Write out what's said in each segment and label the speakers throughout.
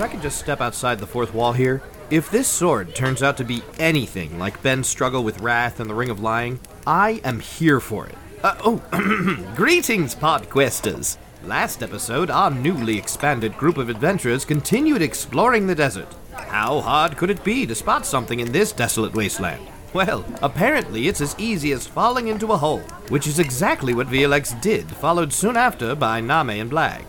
Speaker 1: I could just step outside the fourth wall here, if this sword turns out to be anything like Ben's struggle with Wrath and the Ring of Lying, I am here for it. Uh, oh, greetings, Podquesters! Last episode, our newly expanded group of adventurers continued exploring the desert. How hard could it be to spot something in this desolate wasteland? Well, apparently it's as easy as falling into a hole, which is exactly what Violex did, followed soon after by Name and Blag.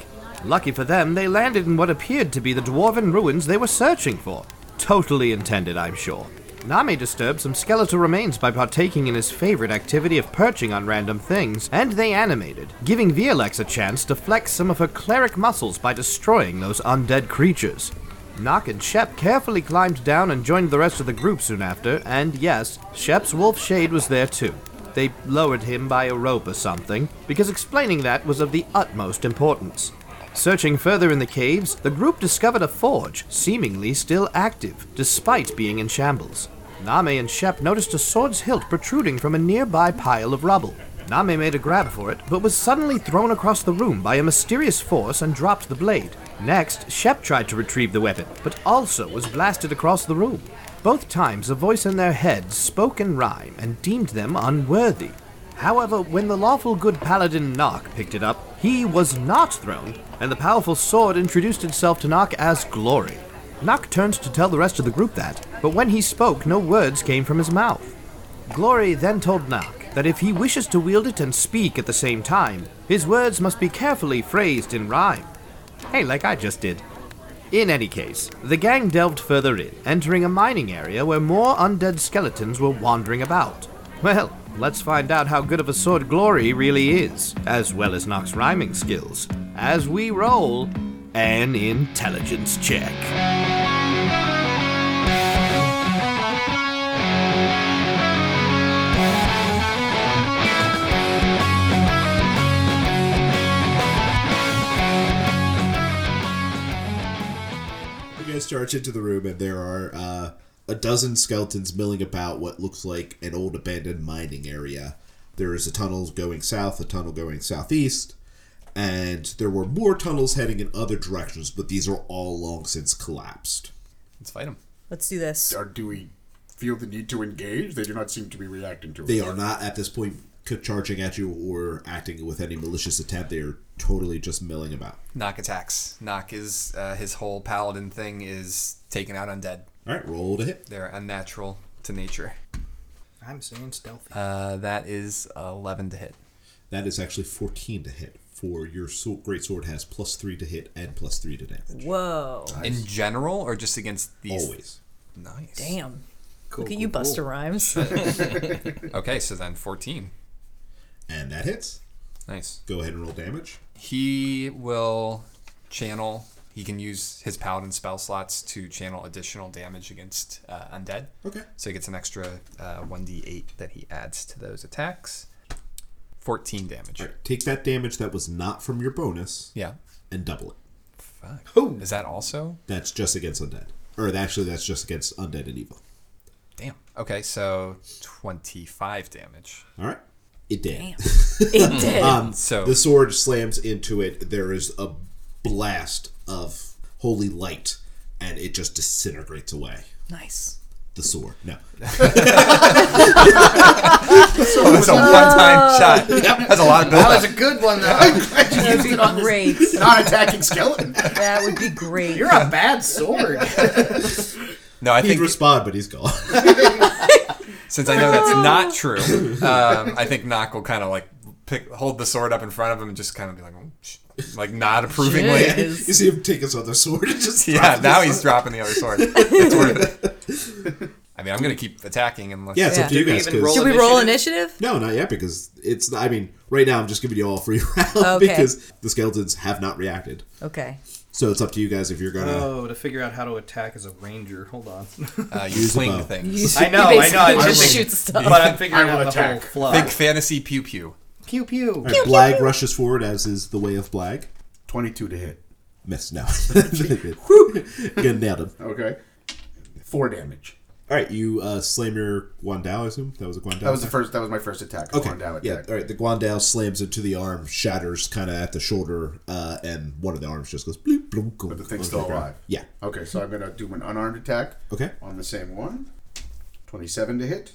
Speaker 1: Lucky for them, they landed in what appeared to be the dwarven ruins they were searching for. Totally intended, I'm sure. Name disturbed some skeletal remains by partaking in his favorite activity of perching on random things, and they animated, giving Violex a chance to flex some of her cleric muscles by destroying those undead creatures. Nock and Shep carefully climbed down and joined the rest of the group soon after, and yes, Shep's wolf shade was there too. They lowered him by a rope or something, because explaining that was of the utmost importance. Searching further in the caves, the group discovered a forge, seemingly still active, despite being in shambles. Name and Shep noticed a sword's hilt protruding from a nearby pile of rubble. Name made a grab for it, but was suddenly thrown across the room by a mysterious force and dropped the blade. Next, Shep tried to retrieve the weapon, but also was blasted across the room. Both times, a voice in their heads spoke in rhyme and deemed them unworthy. However, when the lawful good paladin Nock picked it up, he was not thrown, and the powerful sword introduced itself to Nock as Glory. Nock turned to tell the rest of the group that, but when he spoke, no words came from his mouth. Glory then told Nock that if he wishes to wield it and speak at the same time, his words must be carefully phrased in rhyme. Hey, like I just did. In any case, the gang delved further in, entering a mining area where more undead skeletons were wandering about. Well, let's find out how good of a sword Glory really is, as well as Nock's rhyming skills, as we roll an intelligence check.
Speaker 2: You guys charge into the room, and there are uh, a dozen skeletons milling about what looks like an old abandoned mining area. There is a tunnel going south, a tunnel going southeast, and there were more tunnels heading in other directions, but these are all long since collapsed.
Speaker 3: Let's fight him.
Speaker 4: Let's do this.
Speaker 5: Or do we feel the need to engage? They do not seem to be reacting to it.
Speaker 2: They are not at this point c- charging at you or acting with any malicious intent. They are totally just milling about.
Speaker 3: Knock attacks. Knock is uh, his whole paladin thing is taking out undead.
Speaker 2: All right, roll to hit.
Speaker 3: They're unnatural to nature.
Speaker 1: I'm saying stealthy.
Speaker 3: Uh, that is eleven to hit.
Speaker 2: That is actually 14 to hit. For your so- great sword has plus three to hit and plus three to damage.
Speaker 4: Whoa.
Speaker 3: In general, or just against these?
Speaker 2: Always.
Speaker 3: Nice.
Speaker 4: Damn. Look at you, Buster Rhymes.
Speaker 3: Okay, so then fourteen.
Speaker 2: And that hits.
Speaker 3: Nice.
Speaker 2: Go ahead and roll damage.
Speaker 3: He will channel. He can use his paladin spell slots to channel additional damage against uh, undead.
Speaker 2: Okay.
Speaker 3: So he gets an extra uh, 1d8 that he adds to those attacks. 14 damage.
Speaker 2: All right, take that damage that was not from your bonus
Speaker 3: Yeah.
Speaker 2: and double it.
Speaker 3: Fuck. Is that also?
Speaker 2: That's just against undead. Or actually, that's just against undead and evil.
Speaker 3: Damn. Okay, so 25 damage.
Speaker 2: All right. It did.
Speaker 4: it did.
Speaker 3: So
Speaker 2: The sword slams into it. There is a blast of holy light, and it just disintegrates away.
Speaker 4: nice.
Speaker 2: The sword. No.
Speaker 3: that's a one-time shot. That's a lot
Speaker 6: That
Speaker 3: of buildup.
Speaker 6: was a good one, though. I'm glad you used it on this
Speaker 4: Great.
Speaker 6: non-attacking skeleton.
Speaker 4: that would be great.
Speaker 6: You're a bad sword.
Speaker 3: No, I
Speaker 2: He'd
Speaker 3: think
Speaker 2: respond, but he's gone.
Speaker 3: since I know that's not true, um, I think Knock will kind of like pick, hold the sword up in front of him and just kind of be like, "Oh, sh-" like not approvingly.
Speaker 4: Shit.
Speaker 2: you see him take his other sword and just.
Speaker 3: Yeah,
Speaker 2: drop it
Speaker 3: now
Speaker 2: aside.
Speaker 3: he's dropping the other sword. It's worth it. I mean, I'm gonna keep attacking unless.
Speaker 2: Yeah, it's up to
Speaker 4: Yeah.
Speaker 2: you guys.
Speaker 6: even
Speaker 2: 'cause-
Speaker 6: roll
Speaker 4: Should we roll initiative?
Speaker 2: No, not yet, because it's. I mean, right now I'm just giving you all free round
Speaker 4: Okay.
Speaker 2: because the skeletons have not reacted.
Speaker 4: Okay.
Speaker 2: So it's up to you guys if you're gonna.
Speaker 5: Uh,
Speaker 6: Oh,
Speaker 1: to figure out how to attack as a ranger. Hold on.
Speaker 3: Uh, you
Speaker 2: Use a
Speaker 3: swing
Speaker 2: bow.
Speaker 3: things.
Speaker 1: I know, I know. I
Speaker 4: Basically
Speaker 1: just
Speaker 4: just
Speaker 1: think-
Speaker 4: shoot stuff.
Speaker 1: But I'm figuring
Speaker 6: I will
Speaker 1: out the whole
Speaker 6: attack.
Speaker 1: flow.
Speaker 3: Big fantasy pew pew.
Speaker 1: pew pew.
Speaker 2: All right, Blag rushes forward, as is the way of Blag.
Speaker 5: Twenty-two to hit.
Speaker 2: Miss, no. Whew. Good, nailed him.
Speaker 5: Okay. Four damage.
Speaker 2: All right, you uh, slam your Guandao, I assume? That was a Guandao?
Speaker 5: That was the first. That was my first attack.
Speaker 2: Okay,
Speaker 5: Guandao
Speaker 2: yeah,
Speaker 5: attack.
Speaker 2: all right, the Guandao slams into the arm, shatters kind of at the shoulder, uh, and one of the arms just goes bloop, bloop, go,
Speaker 5: But the thing's still alive.
Speaker 2: Yeah.
Speaker 5: Okay, so I'm going to do an unarmed attack
Speaker 2: Okay.
Speaker 5: on the same one. 27 to hit.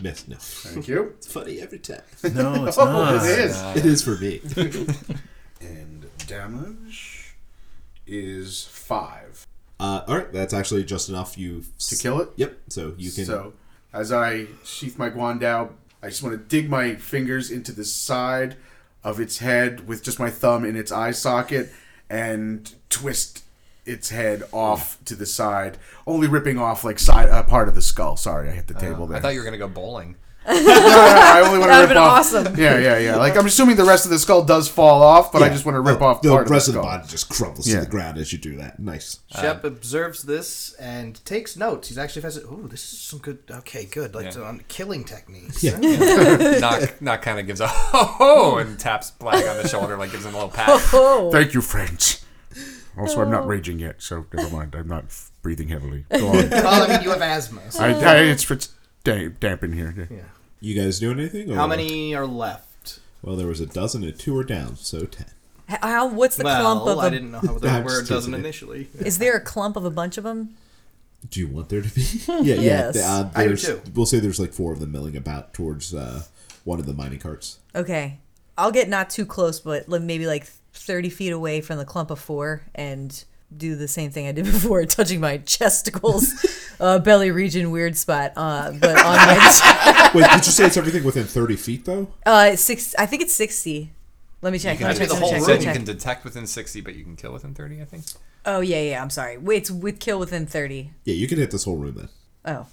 Speaker 2: Miss. No.
Speaker 5: Thank you.
Speaker 2: It's funny every time.
Speaker 7: No, it's
Speaker 5: oh,
Speaker 7: not.
Speaker 5: it is.
Speaker 2: it is for me.
Speaker 5: And damage is 5.
Speaker 2: Uh, all right. That's actually just enough. You
Speaker 5: To kill it?
Speaker 2: Yep. So you can.
Speaker 5: So, as I sheath my Guandao, I just want to dig my fingers into the side of its head with just my thumb in its eye socket and twist its head off to the side, only ripping off like side uh, part of the skull. Sorry, I hit the table there.
Speaker 3: Uh, I thought you were gonna go bowling.
Speaker 5: I only
Speaker 4: That
Speaker 5: want to rip
Speaker 4: would've been
Speaker 5: off.
Speaker 4: awesome.
Speaker 5: Yeah, yeah, yeah. Like I'm assuming the rest of the skull does fall off, but I
Speaker 2: Yeah.
Speaker 5: just want to rip
Speaker 2: Oh,
Speaker 5: off
Speaker 2: the
Speaker 5: part
Speaker 2: rest
Speaker 5: of the skull.
Speaker 2: body just crumbles
Speaker 5: Yeah.
Speaker 2: to the ground as you do that. Nice.
Speaker 7: Shep observes this and takes notes. He's actually fascinated. Oh, this is some good. Okay, good. Like
Speaker 3: Yeah.
Speaker 7: so on killing techniques.
Speaker 2: Yeah.
Speaker 3: Knock, knock, kind of gives a ho ho and taps Black on the shoulder, like gives him a little pat.
Speaker 4: Oh,
Speaker 5: Thank you, friends. Also, I'm not raging yet, so never mind. I'm not f- breathing heavily. Go on.
Speaker 7: Well, I mean, you have asthma. so-
Speaker 5: I, I, it's, it's damp, damp in here.
Speaker 7: Yeah.
Speaker 2: You guys doing anything? Or?
Speaker 7: How many are left?
Speaker 2: Well, there was a dozen and two are down, so ten.
Speaker 4: how? What's the clump of
Speaker 7: well, I
Speaker 4: them?
Speaker 7: didn't know how there
Speaker 2: I'm
Speaker 7: were a
Speaker 2: just
Speaker 7: dozen
Speaker 2: teasing it.
Speaker 7: initially.
Speaker 4: Is there a clump of a bunch of them?
Speaker 2: Do you want there to be? yeah, yeah.
Speaker 4: Yes.
Speaker 2: the- uh,
Speaker 7: I do
Speaker 2: there's-
Speaker 7: too.
Speaker 2: We'll say there's like four of them milling about towards uh, one of the mining carts.
Speaker 4: Okay, I'll get not too close, but li- maybe like thirty feet away from the clump of four, and do the same thing I did before, touching my chesticles, uh, belly region weird spot, uh, but on my.
Speaker 2: Wait, did you say it's everything within thirty feet though?
Speaker 4: Uh, six. I think it's sixty. Let me check.
Speaker 3: You
Speaker 4: Let
Speaker 3: can
Speaker 4: me
Speaker 3: do
Speaker 4: check.
Speaker 3: the
Speaker 4: Let me
Speaker 3: whole
Speaker 4: check.
Speaker 3: room.
Speaker 4: Let me
Speaker 3: You can
Speaker 4: check.
Speaker 3: detect within sixty, but you can kill within thirty. I think.
Speaker 4: Oh yeah, yeah. I'm sorry. Wait, It's with kill within thirty.
Speaker 2: Yeah, you can hit this whole room then.
Speaker 4: Oh,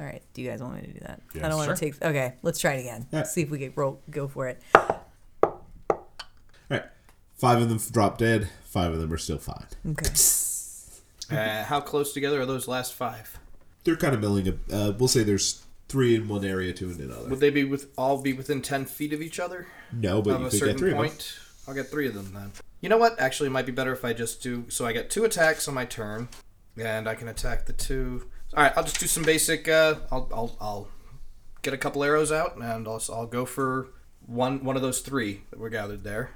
Speaker 4: all right. Do you guys want me to do that? I
Speaker 5: Yes.
Speaker 4: don't want
Speaker 3: Sure.
Speaker 4: to take. Okay, let's try it again.
Speaker 2: Yeah.
Speaker 4: See if we can roll. Go for it.
Speaker 2: All right. Five of them drop dead. Five of them are still fine.
Speaker 4: Okay.
Speaker 7: Uh, how close together are those last five?
Speaker 2: They're kind of milling. A, uh, we'll say there's three in one area, two in another.
Speaker 7: Would they be with all be within ten feet of each other?
Speaker 2: no, but
Speaker 7: Of
Speaker 2: you
Speaker 7: a
Speaker 2: could get
Speaker 7: certain
Speaker 2: three of them.
Speaker 7: point, I'll get three of them then. You know what? Actually, it might be better if I just do. So I get two attacks on my turn, and I can attack the two. All right, I'll just do some basic. Uh, I'll, I'll I'll get a couple arrows out, and I'll I'll go for one one of those three that were gathered there.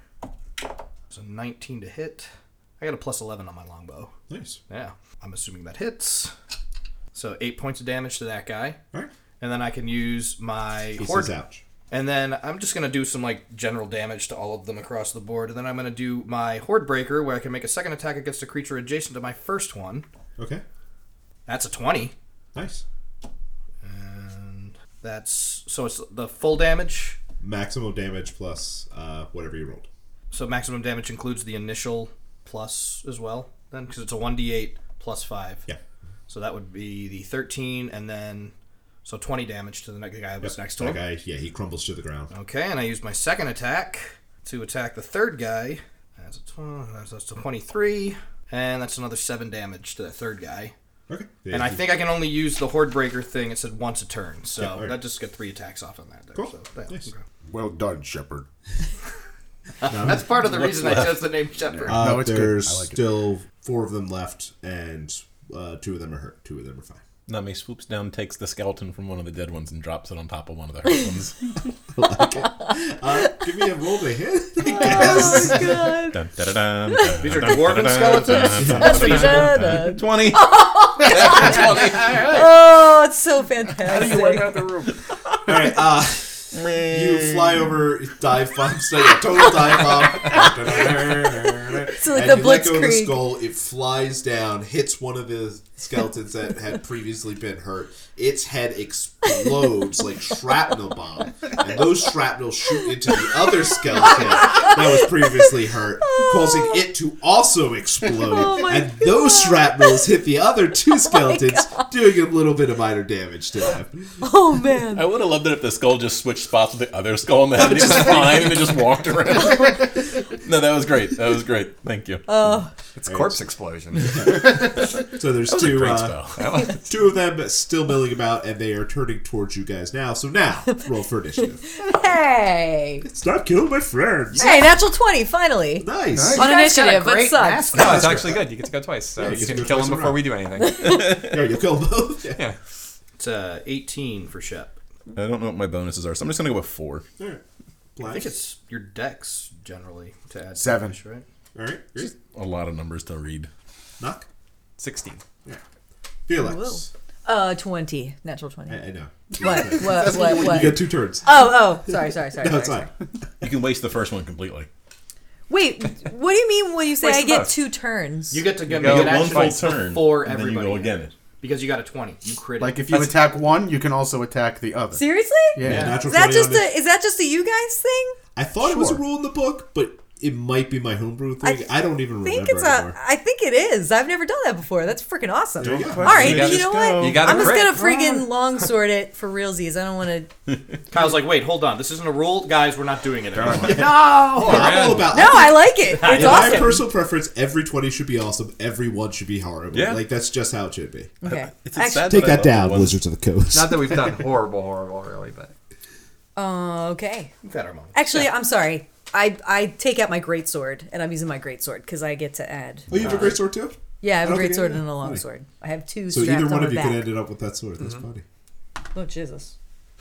Speaker 7: So 19 to hit. I got a plus 11 on my longbow.
Speaker 2: Nice.
Speaker 7: Yeah, I'm assuming that hits. So eight points of damage to that guy,
Speaker 2: All right.
Speaker 7: and then I can use my
Speaker 2: He
Speaker 7: horde
Speaker 2: says, "Ouch."
Speaker 7: and then I'm just gonna do some like general damage to all of them across the board, and then I'm gonna do my Horde Breaker, where I can make a second attack against a creature adjacent to my first one.
Speaker 2: Okay.
Speaker 7: That's a twenty,
Speaker 2: Nice.
Speaker 7: and that's so it's the full damage.
Speaker 2: Maximum damage plus uh, whatever you rolled.
Speaker 7: So maximum damage includes the initial plus as well, then because it's a one d8 plus five.
Speaker 2: Yeah.
Speaker 7: So that would be the thirteen, and then so twenty damage to the next guy that was next to
Speaker 2: That
Speaker 7: him.
Speaker 2: guy, yeah, he crumbles to the ground.
Speaker 7: Okay, and I use my second attack to attack the third guy. That's a, tw- that's a 23, and that's another 7 damage to that third guy.
Speaker 2: Okay.
Speaker 7: And I
Speaker 2: He-
Speaker 7: think I can only use the Horde Breaker thing. It said once a turn, so
Speaker 2: Yeah, alright.
Speaker 7: that just got three attacks off on that. There,
Speaker 2: Cool.
Speaker 7: so, yeah,
Speaker 2: Nice.
Speaker 7: okay.
Speaker 5: Well done, Shepard.
Speaker 7: Uh, That's part of the reason I chose the name Shepherd.
Speaker 2: Uh,
Speaker 5: No, it's good.
Speaker 2: there's
Speaker 5: I like it.
Speaker 2: still four of them left, and uh, two of them are hurt. Two of them are fine.
Speaker 8: Nami swoops down, takes the skeleton from one of the dead ones, and drops it on top of one of the hurt ones.
Speaker 2: Uh, give me a roll to hit.
Speaker 8: Dun, da, da, dun,
Speaker 7: These
Speaker 8: dun, dun,
Speaker 7: are
Speaker 8: dun,
Speaker 7: dwarven
Speaker 8: dun,
Speaker 7: skeletons.
Speaker 8: dun,
Speaker 7: That's feasible.
Speaker 8: dun,
Speaker 4: Da-da.
Speaker 8: dun. Twenty.
Speaker 4: Oh, it's so fantastic.
Speaker 5: out the room.
Speaker 2: All right. Uh, you fly over, dive bomb, so yeah, total dive bomb.
Speaker 4: It's like
Speaker 2: and
Speaker 4: the
Speaker 2: you let go of the
Speaker 4: Blitzkrieg.
Speaker 2: skull. It flies down, hits one of the skeletons that had previously been hurt. Its head explodes like shrapnel bomb, and those shrapnel shoot into the other skeleton that was previously hurt, causing it to also explode.
Speaker 4: Oh my Oh
Speaker 2: and those shrapnels hit the other two skeletons, doing a little bit of minor damage to them.
Speaker 4: Oh man.
Speaker 8: I would have loved it if the skull just switched spots with the other skull and then it was fine and it just walked around. no, that was great. That was great. Thank you.
Speaker 3: It's corpse explosion.
Speaker 2: So there's
Speaker 8: that was a
Speaker 2: two.
Speaker 8: great
Speaker 2: uh,
Speaker 8: spell. That was-
Speaker 2: Two of them still milling about, and they are turning towards you guys now. So now, roll for initiative.
Speaker 4: Hey.
Speaker 2: Stop killing my friends.
Speaker 4: Hey, natural twenty. Finally.
Speaker 2: Nice.
Speaker 4: On
Speaker 6: guys got a
Speaker 4: initiative. That
Speaker 6: great
Speaker 4: sucks.
Speaker 3: No, it's actually good. You get to go twice, so
Speaker 2: Yeah, you
Speaker 3: you
Speaker 2: get to
Speaker 3: can
Speaker 2: go
Speaker 3: kill
Speaker 2: twice in
Speaker 3: him
Speaker 2: a
Speaker 3: before
Speaker 2: row.
Speaker 3: we do anything.
Speaker 2: There, you'll kill both. Yeah.
Speaker 3: Yeah.
Speaker 7: It's uh, 18 for Shep.
Speaker 8: I don't know what my bonuses are, so I'm just going to go with four.
Speaker 2: All right.
Speaker 7: I think it's your dex generally to add
Speaker 5: Seven.
Speaker 7: damage, right?
Speaker 2: All right, great.
Speaker 8: A lot of numbers to read.
Speaker 2: Knock.
Speaker 3: 16.
Speaker 2: Felix.
Speaker 4: Uh, twenty, natural twenty.
Speaker 2: I, I know.
Speaker 4: What? What? What? What?
Speaker 2: You got two turns.
Speaker 4: Oh, oh, sorry, sorry, sorry.
Speaker 2: no,
Speaker 4: sorry,
Speaker 2: it's fine.
Speaker 4: sorry.
Speaker 8: You can waste the first one completely.
Speaker 4: Wait, what do you mean when you say I
Speaker 3: Waste
Speaker 4: get
Speaker 3: both.
Speaker 4: two turns?
Speaker 7: You get to get,
Speaker 8: You
Speaker 7: make
Speaker 8: get
Speaker 7: an
Speaker 8: one
Speaker 7: action
Speaker 8: full turn
Speaker 7: before
Speaker 8: and then you
Speaker 7: everybody.
Speaker 8: go
Speaker 7: ends,
Speaker 8: again.
Speaker 7: Because you got a 20. You crit.
Speaker 5: Like if you attack one, you can also attack the other.
Speaker 4: Seriously?
Speaker 5: Yeah.
Speaker 2: Yeah, natural
Speaker 4: Is that
Speaker 2: 20
Speaker 4: just
Speaker 2: on this.
Speaker 4: a is that just a you guys thing?
Speaker 2: I thought it was a
Speaker 5: Sure.
Speaker 2: rule in the book, but it might be my homebrew thing. I, don't even
Speaker 4: I think
Speaker 2: remember
Speaker 4: it's
Speaker 2: anymore.
Speaker 4: a. I think it is. I've never done that before. That's freaking awesome.
Speaker 2: There you go.
Speaker 4: All right,
Speaker 3: You gotta
Speaker 4: you know what?
Speaker 3: You gotta
Speaker 4: I'm just
Speaker 3: crit.
Speaker 4: gonna friggin' longsword it for realsies. I don't want to.
Speaker 7: Kyle's like, wait, hold on. This isn't a rule. Guys, we're not doing it anymore.
Speaker 4: No,
Speaker 2: I'm all about.
Speaker 4: no, I like it. It's
Speaker 2: in my
Speaker 4: awesome.
Speaker 2: personal preference, every twenty should be awesome. Every one should be horrible.
Speaker 8: Yeah.
Speaker 2: like that's just how it should be.
Speaker 4: Okay.
Speaker 8: It's
Speaker 4: Actually-
Speaker 8: sad
Speaker 2: Take
Speaker 8: I love
Speaker 2: that
Speaker 8: the
Speaker 2: down,
Speaker 8: ones-
Speaker 2: Wizards of the Coast.
Speaker 3: Not that we've done horrible, horrible, really, but.
Speaker 4: Uh, okay.
Speaker 7: We've had our moment.
Speaker 4: Actually, I'm sorry. I I take out my great sword and I'm using my great sword because I get to add.
Speaker 2: oh, you have a great sword too.
Speaker 4: Yeah, I have
Speaker 2: I
Speaker 4: a
Speaker 2: don't
Speaker 4: great
Speaker 2: think I
Speaker 4: sword
Speaker 2: did.
Speaker 4: and a long
Speaker 2: Really?
Speaker 4: sword. I have two.
Speaker 2: So
Speaker 4: strapped
Speaker 2: either one
Speaker 4: on
Speaker 2: of
Speaker 4: my
Speaker 2: you
Speaker 4: back.
Speaker 2: could end it up with that sword. That's funny.
Speaker 4: Oh Jesus.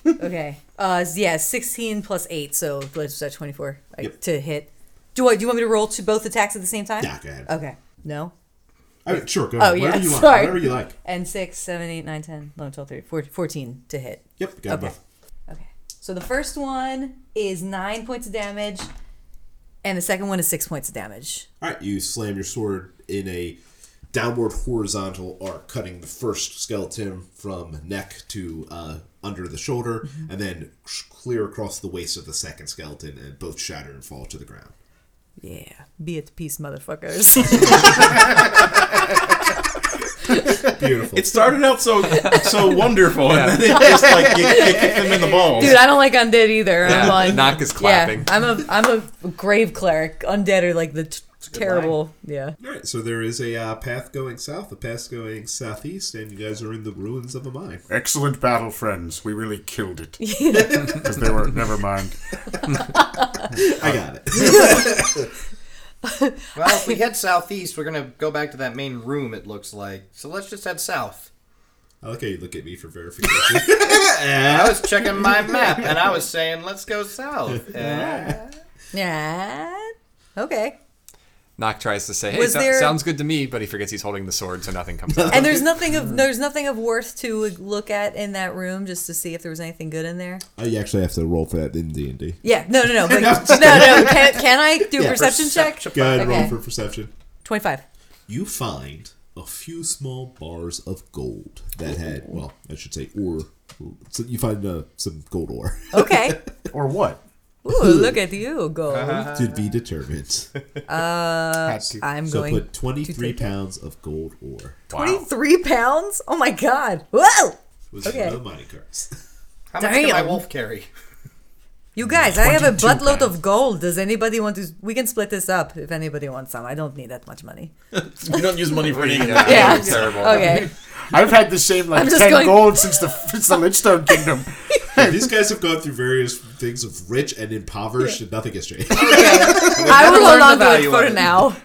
Speaker 4: okay. Uh, yeah, sixteen plus eight, so what's that? Twenty-four I-
Speaker 2: Yep.
Speaker 4: to hit. Do I? Do you want me to roll to both attacks at the same time?
Speaker 2: Yeah, go ahead.
Speaker 4: Okay. No.
Speaker 2: I mean, sure, go
Speaker 4: Oh,
Speaker 2: ahead. Whatever
Speaker 4: yeah,
Speaker 2: you like.
Speaker 4: sorry.
Speaker 2: Whatever you like.
Speaker 4: And six, seven, eight, nine, ten, eleven, twelve, thirteen, four- 14 to hit.
Speaker 2: Yep, got
Speaker 4: Okay.
Speaker 2: both.
Speaker 4: Okay. So the first one is nine points of damage, and the second one is six points of damage.
Speaker 2: All right, you slam your sword in a downward horizontal arc, cutting the first skeleton from neck to uh, under the shoulder, and then sh- clear across the waist of the second skeleton, and both shatter and fall to the ground.
Speaker 4: Yeah. Be at peace, motherfuckers.
Speaker 2: Beautiful.
Speaker 8: It started out so so wonderful, and then it just like you, you kicked them in the balls.
Speaker 4: Dude, I don't like undead either. I'm
Speaker 3: Yeah,
Speaker 4: like,
Speaker 3: Knock is clapping.
Speaker 4: Yeah, I'm a I'm a grave cleric. Undead are like the t- terrible. Yeah.
Speaker 2: All right, so there is a uh, path going south, a path going southeast, and you guys are in the ruins of a mine.
Speaker 5: Excellent battle, friends. We really killed it. Because they were. Never mind.
Speaker 2: I got it.
Speaker 7: Well, if we head southeast, we're going to go back to that main room, it looks like. So let's just head south.
Speaker 2: I like how you look at me for verification.
Speaker 7: I was checking my map, and I was saying, let's go south. Eh.
Speaker 4: Yeah. Okay.
Speaker 3: Nock tries to say, hey,
Speaker 4: Was
Speaker 3: so-
Speaker 4: there-
Speaker 3: sounds good to me, but he forgets he's holding the sword, so nothing comes out.
Speaker 4: And there's nothing of there's nothing of worth to look at in that room just to see if there was anything good in there.
Speaker 2: oh, you actually have to roll for that in D&D.
Speaker 4: Yeah. No. No. No. But, no. No. Can, can I do a perception check?
Speaker 2: Go ahead, roll
Speaker 4: Okay.
Speaker 2: for perception.
Speaker 4: Twenty five.
Speaker 2: you find a few small bars of gold that had, well, I should say ore. So you find uh, some gold ore
Speaker 4: Okay.
Speaker 5: Or what?
Speaker 4: Ooh, look at you go.
Speaker 2: to be determined.
Speaker 5: Had to.
Speaker 4: Uh, I'm
Speaker 2: So
Speaker 4: going
Speaker 2: put 23
Speaker 4: take it.
Speaker 2: pounds of gold ore.
Speaker 4: twenty three pounds. Oh my god. Whoa.
Speaker 2: Was
Speaker 4: Okay.
Speaker 2: no mining carts.
Speaker 7: How much can my
Speaker 4: Damn.
Speaker 7: wolf carry?
Speaker 4: You guys, I have a buttload of gold. Does anybody want to? We can split this up if anybody wants some. I don't need that much money.
Speaker 8: You don't use money for anything.
Speaker 4: Yeah.
Speaker 3: Terrible.
Speaker 4: Okay.
Speaker 5: I've had the same like
Speaker 4: I'm just
Speaker 5: ten
Speaker 4: going-
Speaker 5: gold since the since the Ledgestone Kingdom.
Speaker 2: These guys have gone through various things of rich and impoverished, and nothing has changed.
Speaker 4: I will hold
Speaker 7: learned
Speaker 4: on
Speaker 7: the
Speaker 4: to it
Speaker 7: value of
Speaker 4: for
Speaker 7: it.
Speaker 4: now.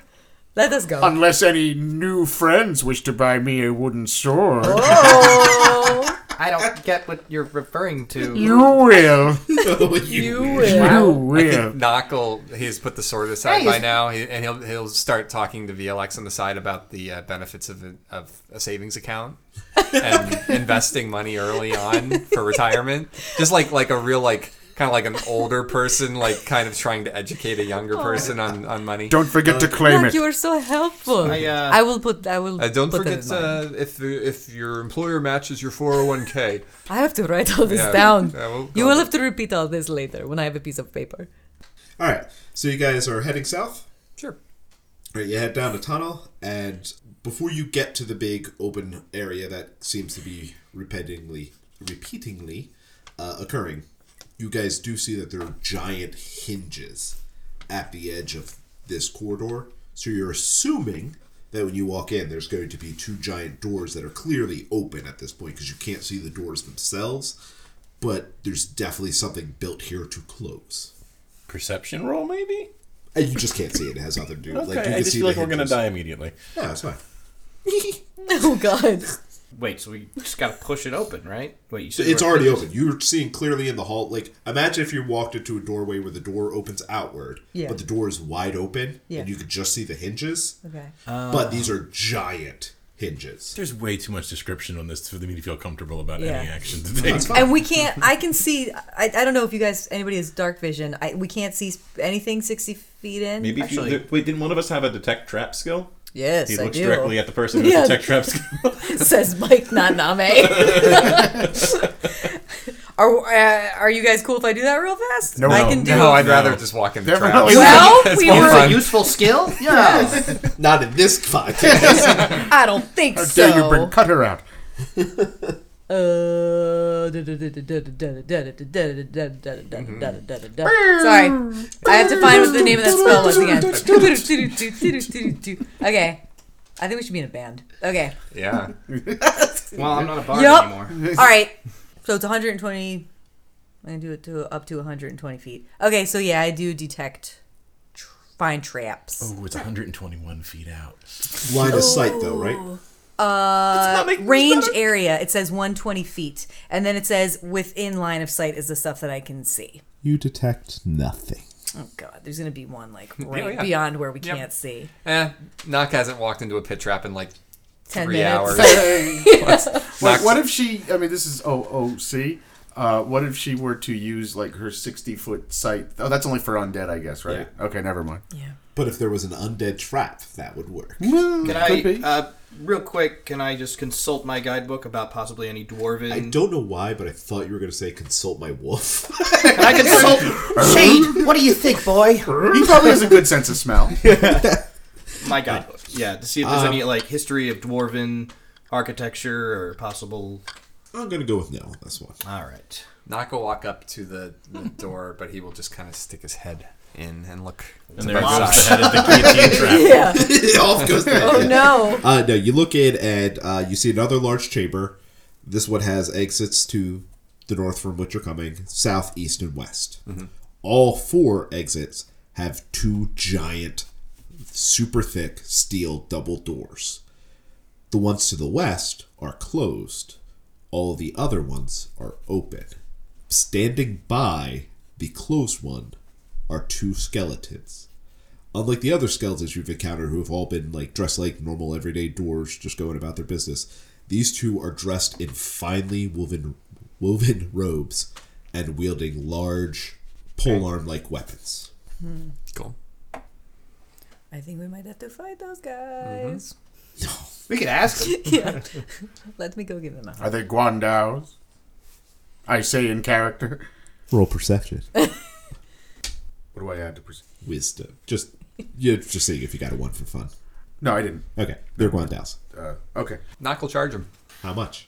Speaker 4: Let us go.
Speaker 5: Unless any new friends wish to buy me a wooden sword,
Speaker 4: Oh,
Speaker 7: I don't get what you're referring to.
Speaker 5: you will.
Speaker 2: you
Speaker 5: You
Speaker 3: I
Speaker 5: will.
Speaker 3: think Knock'll he's put the sword aside
Speaker 7: Hey,
Speaker 3: by
Speaker 7: he's-
Speaker 3: now, he- and he'll he'll start talking to VLX on the side about the uh, benefits of a, of a savings account and investing money early on for retirement, just like like a real like kind of like an older person like kind of trying to educate a younger
Speaker 4: Oh.
Speaker 3: person on on money.
Speaker 5: Don't forget to claim
Speaker 4: Doc,
Speaker 5: it.
Speaker 4: you are so helpful. I,
Speaker 7: I, uh,
Speaker 4: will put. I will.
Speaker 3: Uh, don't
Speaker 4: put that
Speaker 3: forget
Speaker 4: in mind.
Speaker 3: uh, if the- if your employer matches your 401k.
Speaker 4: I have to write all this
Speaker 3: Yeah,
Speaker 4: down.
Speaker 3: yeah, we'll go
Speaker 4: you will
Speaker 3: with-
Speaker 4: have to repeat all this later when I have a piece of paper.
Speaker 2: All right, so you guys are heading south.
Speaker 3: Sure.
Speaker 2: All right, you head down a tunnel, and before you get to the big open area that seems to be repeatingly, repeatingly uh, occurring, you guys do see that there are giant hinges at the edge of this corridor. So you're assuming that when you walk in, there's going to be two giant doors that are clearly open at this point because you can't see the doors themselves, but there's definitely something built here to close.
Speaker 8: Perception roll, maybe.
Speaker 2: And you just can't see it. It has nothing to do.
Speaker 8: Okay,
Speaker 2: you
Speaker 8: I
Speaker 2: can
Speaker 8: just
Speaker 2: see
Speaker 8: feel
Speaker 2: the
Speaker 8: like we're gonna
Speaker 2: hinges.
Speaker 8: die immediately.
Speaker 2: Yeah, it's fine.
Speaker 4: Oh God.
Speaker 7: Wait, so we just gotta push it open, right? Wait, you said
Speaker 2: It's
Speaker 7: we're-
Speaker 2: already open. You're seeing clearly in the hall. Like, imagine if you walked into a doorway where the door opens outward,
Speaker 4: Yeah.
Speaker 2: but the door is wide open,
Speaker 4: Yeah.
Speaker 2: and you could just see the hinges.
Speaker 4: Okay.
Speaker 2: But these are giant hinges.
Speaker 8: There's way too much description on this for me to feel comfortable about
Speaker 4: Yeah.
Speaker 8: any action to take.
Speaker 2: That's fine.
Speaker 4: And we can't. I can see. I, I don't know if you guys anybody has dark vision. I we can't see anything sixty feet in.
Speaker 9: Maybe if you,
Speaker 7: Actually-
Speaker 9: wait, didn't one of us have a detect trap skill?
Speaker 4: Yes,
Speaker 9: He
Speaker 4: I
Speaker 9: looks
Speaker 4: do.
Speaker 9: directly at the person with
Speaker 4: Yeah.
Speaker 9: detect trap skill.
Speaker 4: Says Mike, not Name. are uh, are you guys cool if I do that real fast? No, I can do.
Speaker 3: No, Oh, I'd rather
Speaker 8: No.
Speaker 3: just walk in the
Speaker 5: Never
Speaker 3: trap.
Speaker 5: mind.
Speaker 4: Well, we
Speaker 3: more
Speaker 4: were-
Speaker 6: It's a
Speaker 3: fun.
Speaker 6: useful skill? Yeah.
Speaker 2: Not in this context.
Speaker 4: I don't think
Speaker 5: How
Speaker 4: so.
Speaker 5: dare you bring Cutter out?
Speaker 4: Uh, Sorry, I have to find what the name of that spell was again. okay, I think we should be in a band. Okay,
Speaker 3: Yeah.
Speaker 7: Well, I'm not a bard
Speaker 4: Yup.
Speaker 7: anymore.
Speaker 4: all right. So it's 120. I'm gonna do it to up to 120 feet. Okay, so yeah, I do detect, tr- find traps.
Speaker 8: Oh, it's 121 feet out.
Speaker 2: Line of sight, though, right?
Speaker 4: Uh, range area. It says 120 feet, and then it says within line of sight is the stuff that I can see.
Speaker 2: You detect nothing.
Speaker 4: Oh god, there's gonna be one like right
Speaker 3: yeah.
Speaker 4: beyond where we
Speaker 3: Yep.
Speaker 4: can't see.
Speaker 3: Eh, Knock hasn't walked into a pit trap in like
Speaker 4: Ten
Speaker 3: three
Speaker 4: minutes.
Speaker 3: hours.
Speaker 5: What,
Speaker 3: Knock's-
Speaker 5: what if she? I mean, this is OOC. Uh, what if she were to use like her sixty foot sight? Oh, that's only for undead, I guess, right? Okay, never mind.
Speaker 4: Yeah.
Speaker 2: But if there was an undead trap, that would work.
Speaker 7: Can
Speaker 5: Could
Speaker 7: I,
Speaker 5: be.
Speaker 7: uh, real quick, can I just consult my guidebook about possibly any dwarven?
Speaker 2: I don't know why, but I thought you were going to say consult my wolf.
Speaker 7: Can I consult?
Speaker 6: Shade, what do you think, boy?
Speaker 5: he probably has a good sense of smell.
Speaker 7: my guidebook. Yeah, to see if
Speaker 2: Uh,
Speaker 7: there's any like history of dwarven architecture or possible.
Speaker 2: I'm going to go with no on this one.
Speaker 7: All right.
Speaker 3: Knock will walk up to the, the door, but he will just kind of stick his head in and look.
Speaker 9: And there goes the head of the guillotine trap.
Speaker 4: Yeah.
Speaker 2: Off goes the
Speaker 4: Oh
Speaker 2: head.
Speaker 4: no.
Speaker 2: Uh, no, you look in and uh, you see another large chamber. This one has exits to the north from which you're coming, south, east, and west. All four exits have two giant, super thick steel double doors. The ones to the west are closed, all the other ones are open. Standing by the closed one are two skeletons unlike the other skeletons you've encountered who have all been like dressed like normal everyday dwarves just going about their business these two are dressed in finely woven woven robes and wielding large polearm like weapons
Speaker 3: Cool.
Speaker 4: I think we might have to fight those
Speaker 3: Mm-hmm.
Speaker 4: guys.
Speaker 6: We could ask him.
Speaker 4: Yeah. Let me go give them a hug.
Speaker 5: Are they Guandaos? I say in character.
Speaker 2: roll perception
Speaker 5: What do I add to perceive?
Speaker 2: wisdom just you're just seeing if you got a one for fun
Speaker 5: No, I didn't.
Speaker 2: okay they're guandals
Speaker 5: Uh, okay.
Speaker 3: Knock will charge him.
Speaker 2: how much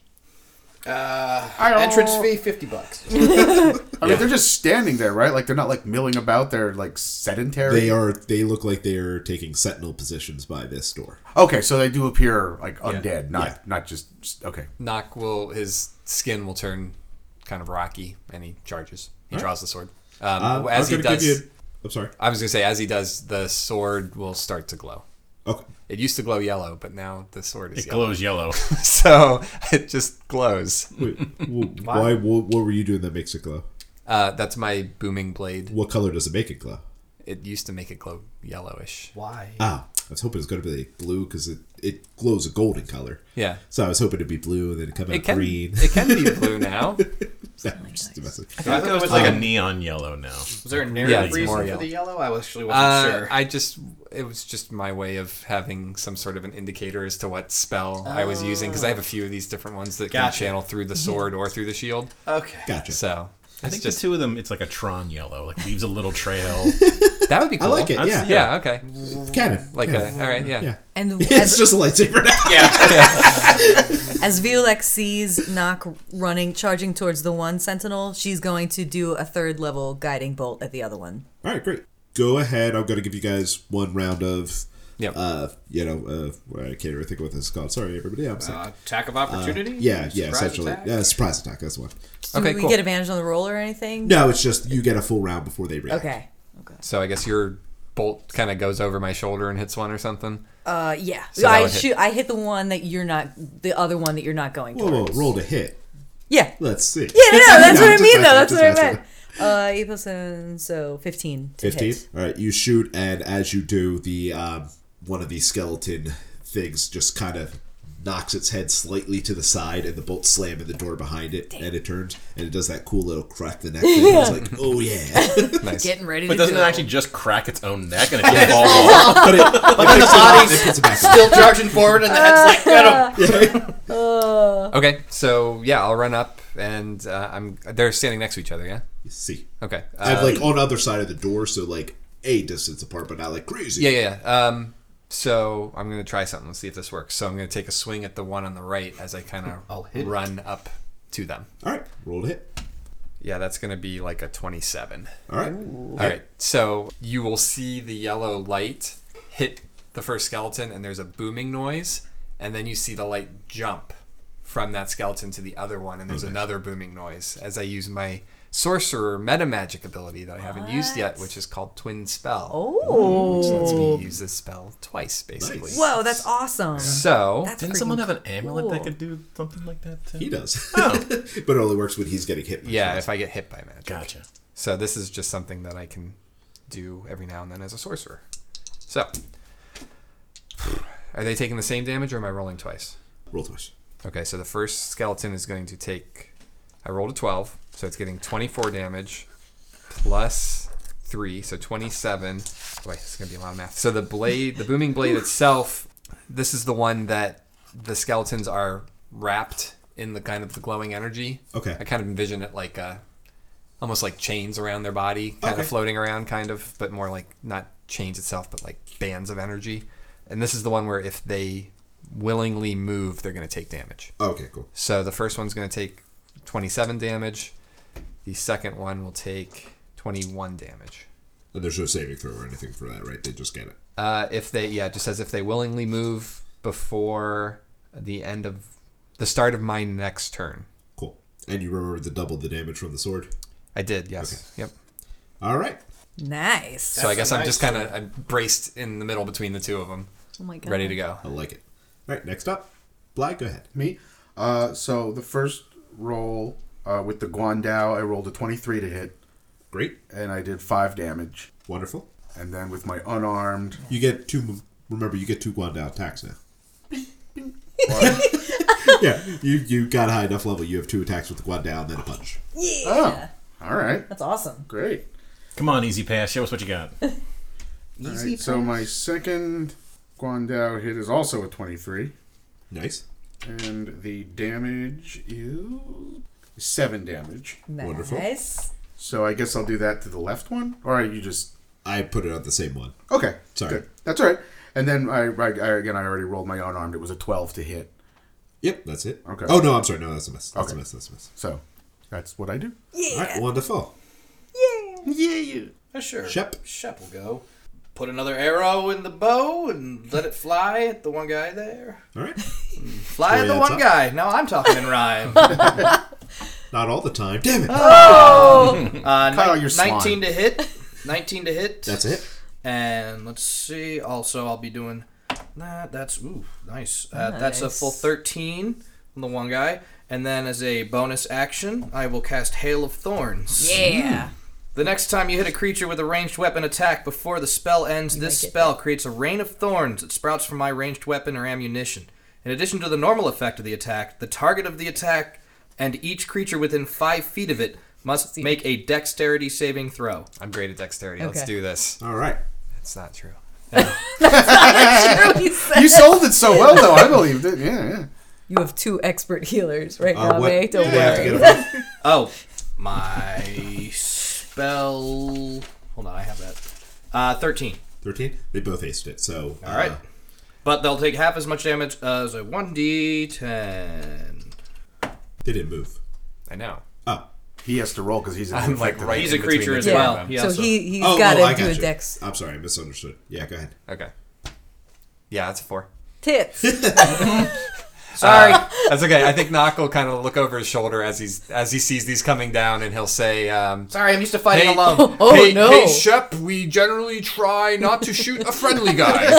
Speaker 7: Uh,
Speaker 5: I-
Speaker 7: entrance fee fifty bucks.
Speaker 5: I mean, they're just standing there, right? Like they're not like milling about. They're like sedentary.
Speaker 2: they are they look like they're taking sentinel positions by this door
Speaker 5: okay, so they do appear like undead, not
Speaker 2: Yeah.
Speaker 5: not just okay.
Speaker 3: Knock will his skin will turn kind of rocky, and he charges. He draws the sword. Um,
Speaker 2: um,
Speaker 3: as
Speaker 2: I
Speaker 3: he
Speaker 2: was
Speaker 3: does,
Speaker 2: give you i'm sorry
Speaker 3: I was gonna say as he does, the sword will start to glow.
Speaker 2: okay
Speaker 3: It used to glow yellow, but now the sword is
Speaker 9: It
Speaker 3: yellow.
Speaker 9: glows yellow.
Speaker 3: So it just glows.
Speaker 2: wait wh- why what, what were you doing that makes it glow
Speaker 3: Uh, that's my booming blade.
Speaker 2: What color does it make it glow?
Speaker 3: It used to make it glow yellowish.
Speaker 7: Why?
Speaker 2: Ah, I was hoping it was going to be blue because it, it glows a golden color.
Speaker 3: Yeah.
Speaker 2: So I was hoping it'd be blue and then it come out
Speaker 3: It can,
Speaker 2: green.
Speaker 3: it can be blue now.
Speaker 2: That was just a message.
Speaker 7: I thought it was
Speaker 9: like
Speaker 7: like
Speaker 9: a neon yellow now.
Speaker 7: Was there a
Speaker 3: Yeah,
Speaker 7: narrative
Speaker 3: it's
Speaker 7: reason
Speaker 3: more
Speaker 7: for
Speaker 3: yellow.
Speaker 7: the yellow? I actually wasn't
Speaker 3: Uh,
Speaker 7: sure.
Speaker 3: I just it was just my way of having some sort of an indicator as to what spell I was using because I have a few of these different ones that
Speaker 7: Gotcha.
Speaker 3: can channel through the sword or through the shield.
Speaker 7: okay.
Speaker 2: Gotcha.
Speaker 3: So
Speaker 9: I
Speaker 3: it's
Speaker 9: think
Speaker 3: just
Speaker 9: the two of them, it's like a Tron yellow, like leaves a little trail.
Speaker 3: that would be cool.
Speaker 2: like it,
Speaker 3: That's-
Speaker 2: yeah.
Speaker 3: Yeah. Okay.
Speaker 2: Cannon.
Speaker 3: Like
Speaker 2: yeah.
Speaker 3: a all right. Yeah.
Speaker 2: Yeah.
Speaker 4: And
Speaker 2: It's
Speaker 4: as,
Speaker 2: just a lightsaber now.
Speaker 4: as Violek sees Knock running, charging towards the one sentinel, she's going to do a third level guiding bolt at the other one.
Speaker 2: All right, great. Go ahead. I'm going to give you guys one round of,
Speaker 3: Yep.
Speaker 2: uh, you know, uh, I can't even think of what this is called. Sorry, everybody. I'm sick.
Speaker 7: Uh, attack of opportunity.
Speaker 2: Uh, yeah, yeah,
Speaker 7: Surprise
Speaker 2: essentially.
Speaker 7: attack?
Speaker 2: Yeah, surprise attack. That's one.
Speaker 4: Do
Speaker 3: Okay,
Speaker 4: we
Speaker 3: cool.
Speaker 4: get advantage on the roll or anything?
Speaker 2: No, it's just you get a full round before they react.
Speaker 4: Okay. Okay.
Speaker 3: So I guess you're bolt kind of goes over my shoulder and hits one or something.
Speaker 4: Uh, yeah.
Speaker 3: So that
Speaker 4: I
Speaker 3: would hit.
Speaker 4: shoot. I hit the one that you're not. The other one that you're not going
Speaker 2: Whoa,
Speaker 4: towards.
Speaker 2: whoa, roll to hit.
Speaker 4: Yeah.
Speaker 2: Let's see.
Speaker 4: Yeah, no, no, that's what I
Speaker 2: just
Speaker 4: mean, though.
Speaker 2: messing,
Speaker 4: That's
Speaker 2: just
Speaker 4: what I
Speaker 2: messing.
Speaker 4: meant. Uh, eight plus seven, so fifteen. To
Speaker 2: 15
Speaker 4: hit.
Speaker 2: all right you shoot and as you do the um, one of these skeleton things just kind of knocks its head slightly to the side and the bolt slam in the door behind it and it turns and it does that cool little crack the neck thing it's like oh yeah
Speaker 3: Nice.
Speaker 4: Getting ready
Speaker 8: But
Speaker 4: to
Speaker 8: doesn't
Speaker 4: do
Speaker 8: it
Speaker 4: it.
Speaker 8: actually just crack its own neck and it just falls off?
Speaker 2: but, it, but then the body's puts it back on.
Speaker 7: Still charging forward, and the head's like, get him.
Speaker 3: Okay, so yeah, I'll run up and uh, I'm. They're standing next to each other. Yeah.
Speaker 2: see
Speaker 3: Okay. Uh,
Speaker 2: i'm like on the other side of the door so like a distance apart but not like crazy
Speaker 3: yeah, yeah, yeah. Um, so I'm gonna try something. Let's see if this works. So I'm gonna take a swing at the one on the right as I kind
Speaker 7: I'll
Speaker 3: of
Speaker 7: hit.
Speaker 3: run up to them.
Speaker 2: all right roll to hit
Speaker 3: Yeah, that's gonna be like a 27.
Speaker 2: all right Uh,
Speaker 3: All right. So you will see the yellow light hit the first skeleton, and there's a booming noise, and then you see the light jump from that skeleton to the other one, and
Speaker 7: Oh,
Speaker 3: there's another booming noise as I use my sorcerer meta magic ability that I haven't used yet, which is called Twin Spell. Which lets me
Speaker 4: Oh,
Speaker 3: use this spell twice, basically.
Speaker 2: Nice.
Speaker 4: whoa, that's awesome.
Speaker 3: So
Speaker 4: That's
Speaker 9: Didn't
Speaker 4: freaking
Speaker 9: someone have an amulet that
Speaker 4: cool.
Speaker 9: could do something like that too?
Speaker 2: he does but it only works when he's getting hit
Speaker 3: yeah, if I get hit by magic.
Speaker 9: Gotcha.
Speaker 3: So this is just something that I can do every now and then as a sorcerer. So are they taking the same damage or am I rolling twice?
Speaker 2: roll twice
Speaker 3: Okay, so the first skeleton is going to take I rolled a 12, so it's getting 24 damage plus 3, so 27. Boy, it's going to be a lot of math. So the blade, the booming blade itself, this is the one that the skeletons are wrapped in the kind of the glowing energy.
Speaker 2: Okay.
Speaker 3: I kind of envision it like a almost like chains around their body, kind
Speaker 2: Okay.
Speaker 3: of floating around, kind of, but more like not chains itself, but like bands of energy. And this is the one where if they willingly move, they're going to take damage.
Speaker 2: Oh, okay cool
Speaker 3: So the first one's going to take 27 damage. The second one will take 21 damage.
Speaker 2: and there's no saving throw or anything for that right they just get it
Speaker 3: Uh, if they, yeah, it just says if they willingly move before the end of the start of my next turn.
Speaker 2: Cool. And you remember the double the damage from the sword.
Speaker 3: I did, yes. Yep.
Speaker 2: All right.
Speaker 4: nice.
Speaker 3: So I
Speaker 7: That's
Speaker 3: guess
Speaker 7: a
Speaker 3: I'm
Speaker 7: nice
Speaker 3: just kind of I'm braced in the middle between the two of them,
Speaker 4: oh my god.
Speaker 3: ready to go.
Speaker 2: I like it. All right. Next up, Bly. Go ahead.
Speaker 5: Me? Uh, so the first roll uh, with the Guandao, I rolled a 23 to hit,
Speaker 2: Great.
Speaker 5: and I did 5 damage.
Speaker 2: Wonderful.
Speaker 5: And then with my unarmed,
Speaker 2: You get two. Remember, you get two Guandao attacks now. yeah, you you got a high enough level. You have two attacks with the Guandao and then a punch.
Speaker 4: Yeah.
Speaker 5: Oh, all right,
Speaker 4: That's awesome.
Speaker 5: great.
Speaker 9: Come on, easy pass. Show us what you got.
Speaker 5: All right, so my second Guandao hit is also a 23,
Speaker 2: Nice.
Speaker 5: and the damage is 7 damage.
Speaker 4: Nice.
Speaker 2: Wonderful.
Speaker 5: So I guess I'll do that to the left one? Or you just.
Speaker 2: I put it on the same one.
Speaker 5: Okay.
Speaker 2: Sorry.
Speaker 5: That's all right. And then I, I, I again I already rolled my unarmed. It was a twelve to hit.
Speaker 2: Yep, that's it.
Speaker 5: Okay.
Speaker 2: Oh no, I'm sorry. No, that's a miss. That's
Speaker 5: Okay.
Speaker 2: a miss. That's a miss.
Speaker 5: So that's what I do.
Speaker 2: All right. Wonderful.
Speaker 7: Yeah, sure.
Speaker 2: Shep.
Speaker 7: Shep will go. Put another arrow in the bow and let it fly at the one guy there.
Speaker 2: All right.
Speaker 7: Fly at
Speaker 2: yeah,
Speaker 7: the one
Speaker 2: it's
Speaker 7: guy. Now I'm talking in rhyme.
Speaker 2: Not all the time. Damn it.
Speaker 4: Ah.
Speaker 7: Uh,
Speaker 5: Kyle,
Speaker 7: nine-
Speaker 5: you're swine.
Speaker 7: 19 to hit. 19 to hit.
Speaker 2: That's it.
Speaker 7: And let's see. Also, I'll be doing that. That's ooh, nice. Uh, That's a full
Speaker 4: Nice.
Speaker 7: 13 on the one guy. And then as a bonus action, I will cast Hail of Thorns.
Speaker 4: Yeah.
Speaker 7: The next time you hit a creature with a ranged weapon attack before the spell ends, this
Speaker 4: might get
Speaker 7: spell creates a rain of thorns that sprouts from my ranged weapon or ammunition. In addition to the normal effect of the attack, the target of the attack and each creature within five feet of it must make a dexterity saving throw.
Speaker 3: I'm great at dexterity. Let's
Speaker 4: Okay.
Speaker 3: do this.
Speaker 2: All right.
Speaker 3: It's not true.
Speaker 4: He said-
Speaker 5: You sold it so well though. I believed it. Yeah, yeah.
Speaker 4: You have two expert healers right
Speaker 2: Uh,
Speaker 4: now,
Speaker 2: what-
Speaker 4: May. Oh, Don't
Speaker 2: do I have to
Speaker 4: worry.
Speaker 2: get a-
Speaker 7: Oh, my spell. Hold on, I have that. Uh, 13.
Speaker 2: Thirteen. They both aced it. So
Speaker 7: All right.
Speaker 2: uh,
Speaker 7: But they'll take half as much damage as a 1d10.
Speaker 2: they didn't move.
Speaker 3: I know.
Speaker 2: Oh.
Speaker 5: He has to roll because he's
Speaker 3: I'm like right.
Speaker 7: He's
Speaker 3: in
Speaker 7: a
Speaker 3: between
Speaker 7: creature
Speaker 3: the
Speaker 7: as
Speaker 3: two of
Speaker 7: well.
Speaker 3: them.
Speaker 7: He
Speaker 4: So
Speaker 7: also-
Speaker 4: he he's
Speaker 2: oh,
Speaker 4: got to
Speaker 2: oh, I
Speaker 4: do a
Speaker 2: you.
Speaker 4: dex.
Speaker 2: I'm sorry, I misunderstood. Yeah, go ahead.
Speaker 3: Okay. Yeah, that's a four.
Speaker 4: Tits.
Speaker 7: Sorry.
Speaker 3: That's okay. I think Nock will kind of look over his shoulder as he's as he sees these coming down, and he'll say, um,
Speaker 7: Sorry, I'm used to fighting
Speaker 3: Hey.
Speaker 7: alone.
Speaker 4: Oh,
Speaker 3: hey,
Speaker 4: no.
Speaker 3: hey, Shep, we generally try not to shoot a friendly guy.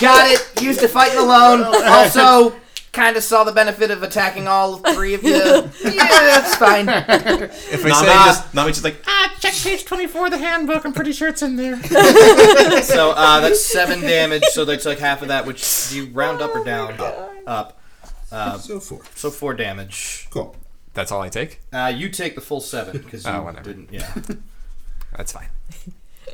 Speaker 6: Got it. Used to fighting alone. Also, kind of saw the benefit of attacking all three of you. Yeah, that's fine.
Speaker 3: If I
Speaker 8: Nami
Speaker 3: say just
Speaker 8: just, Nami's just like,
Speaker 7: Ah, check page 24 of the handbook. I'm pretty sure it's in there. so uh, that's seven damage. So they took half of that, which do you round up or down? Up. Uh,
Speaker 2: So forth.
Speaker 7: So four damage.
Speaker 2: Cool.
Speaker 3: that's all I take,
Speaker 7: Uh, you take the full seven because you
Speaker 3: Oh, whatever.
Speaker 7: didn't. Yeah.
Speaker 3: that's fine.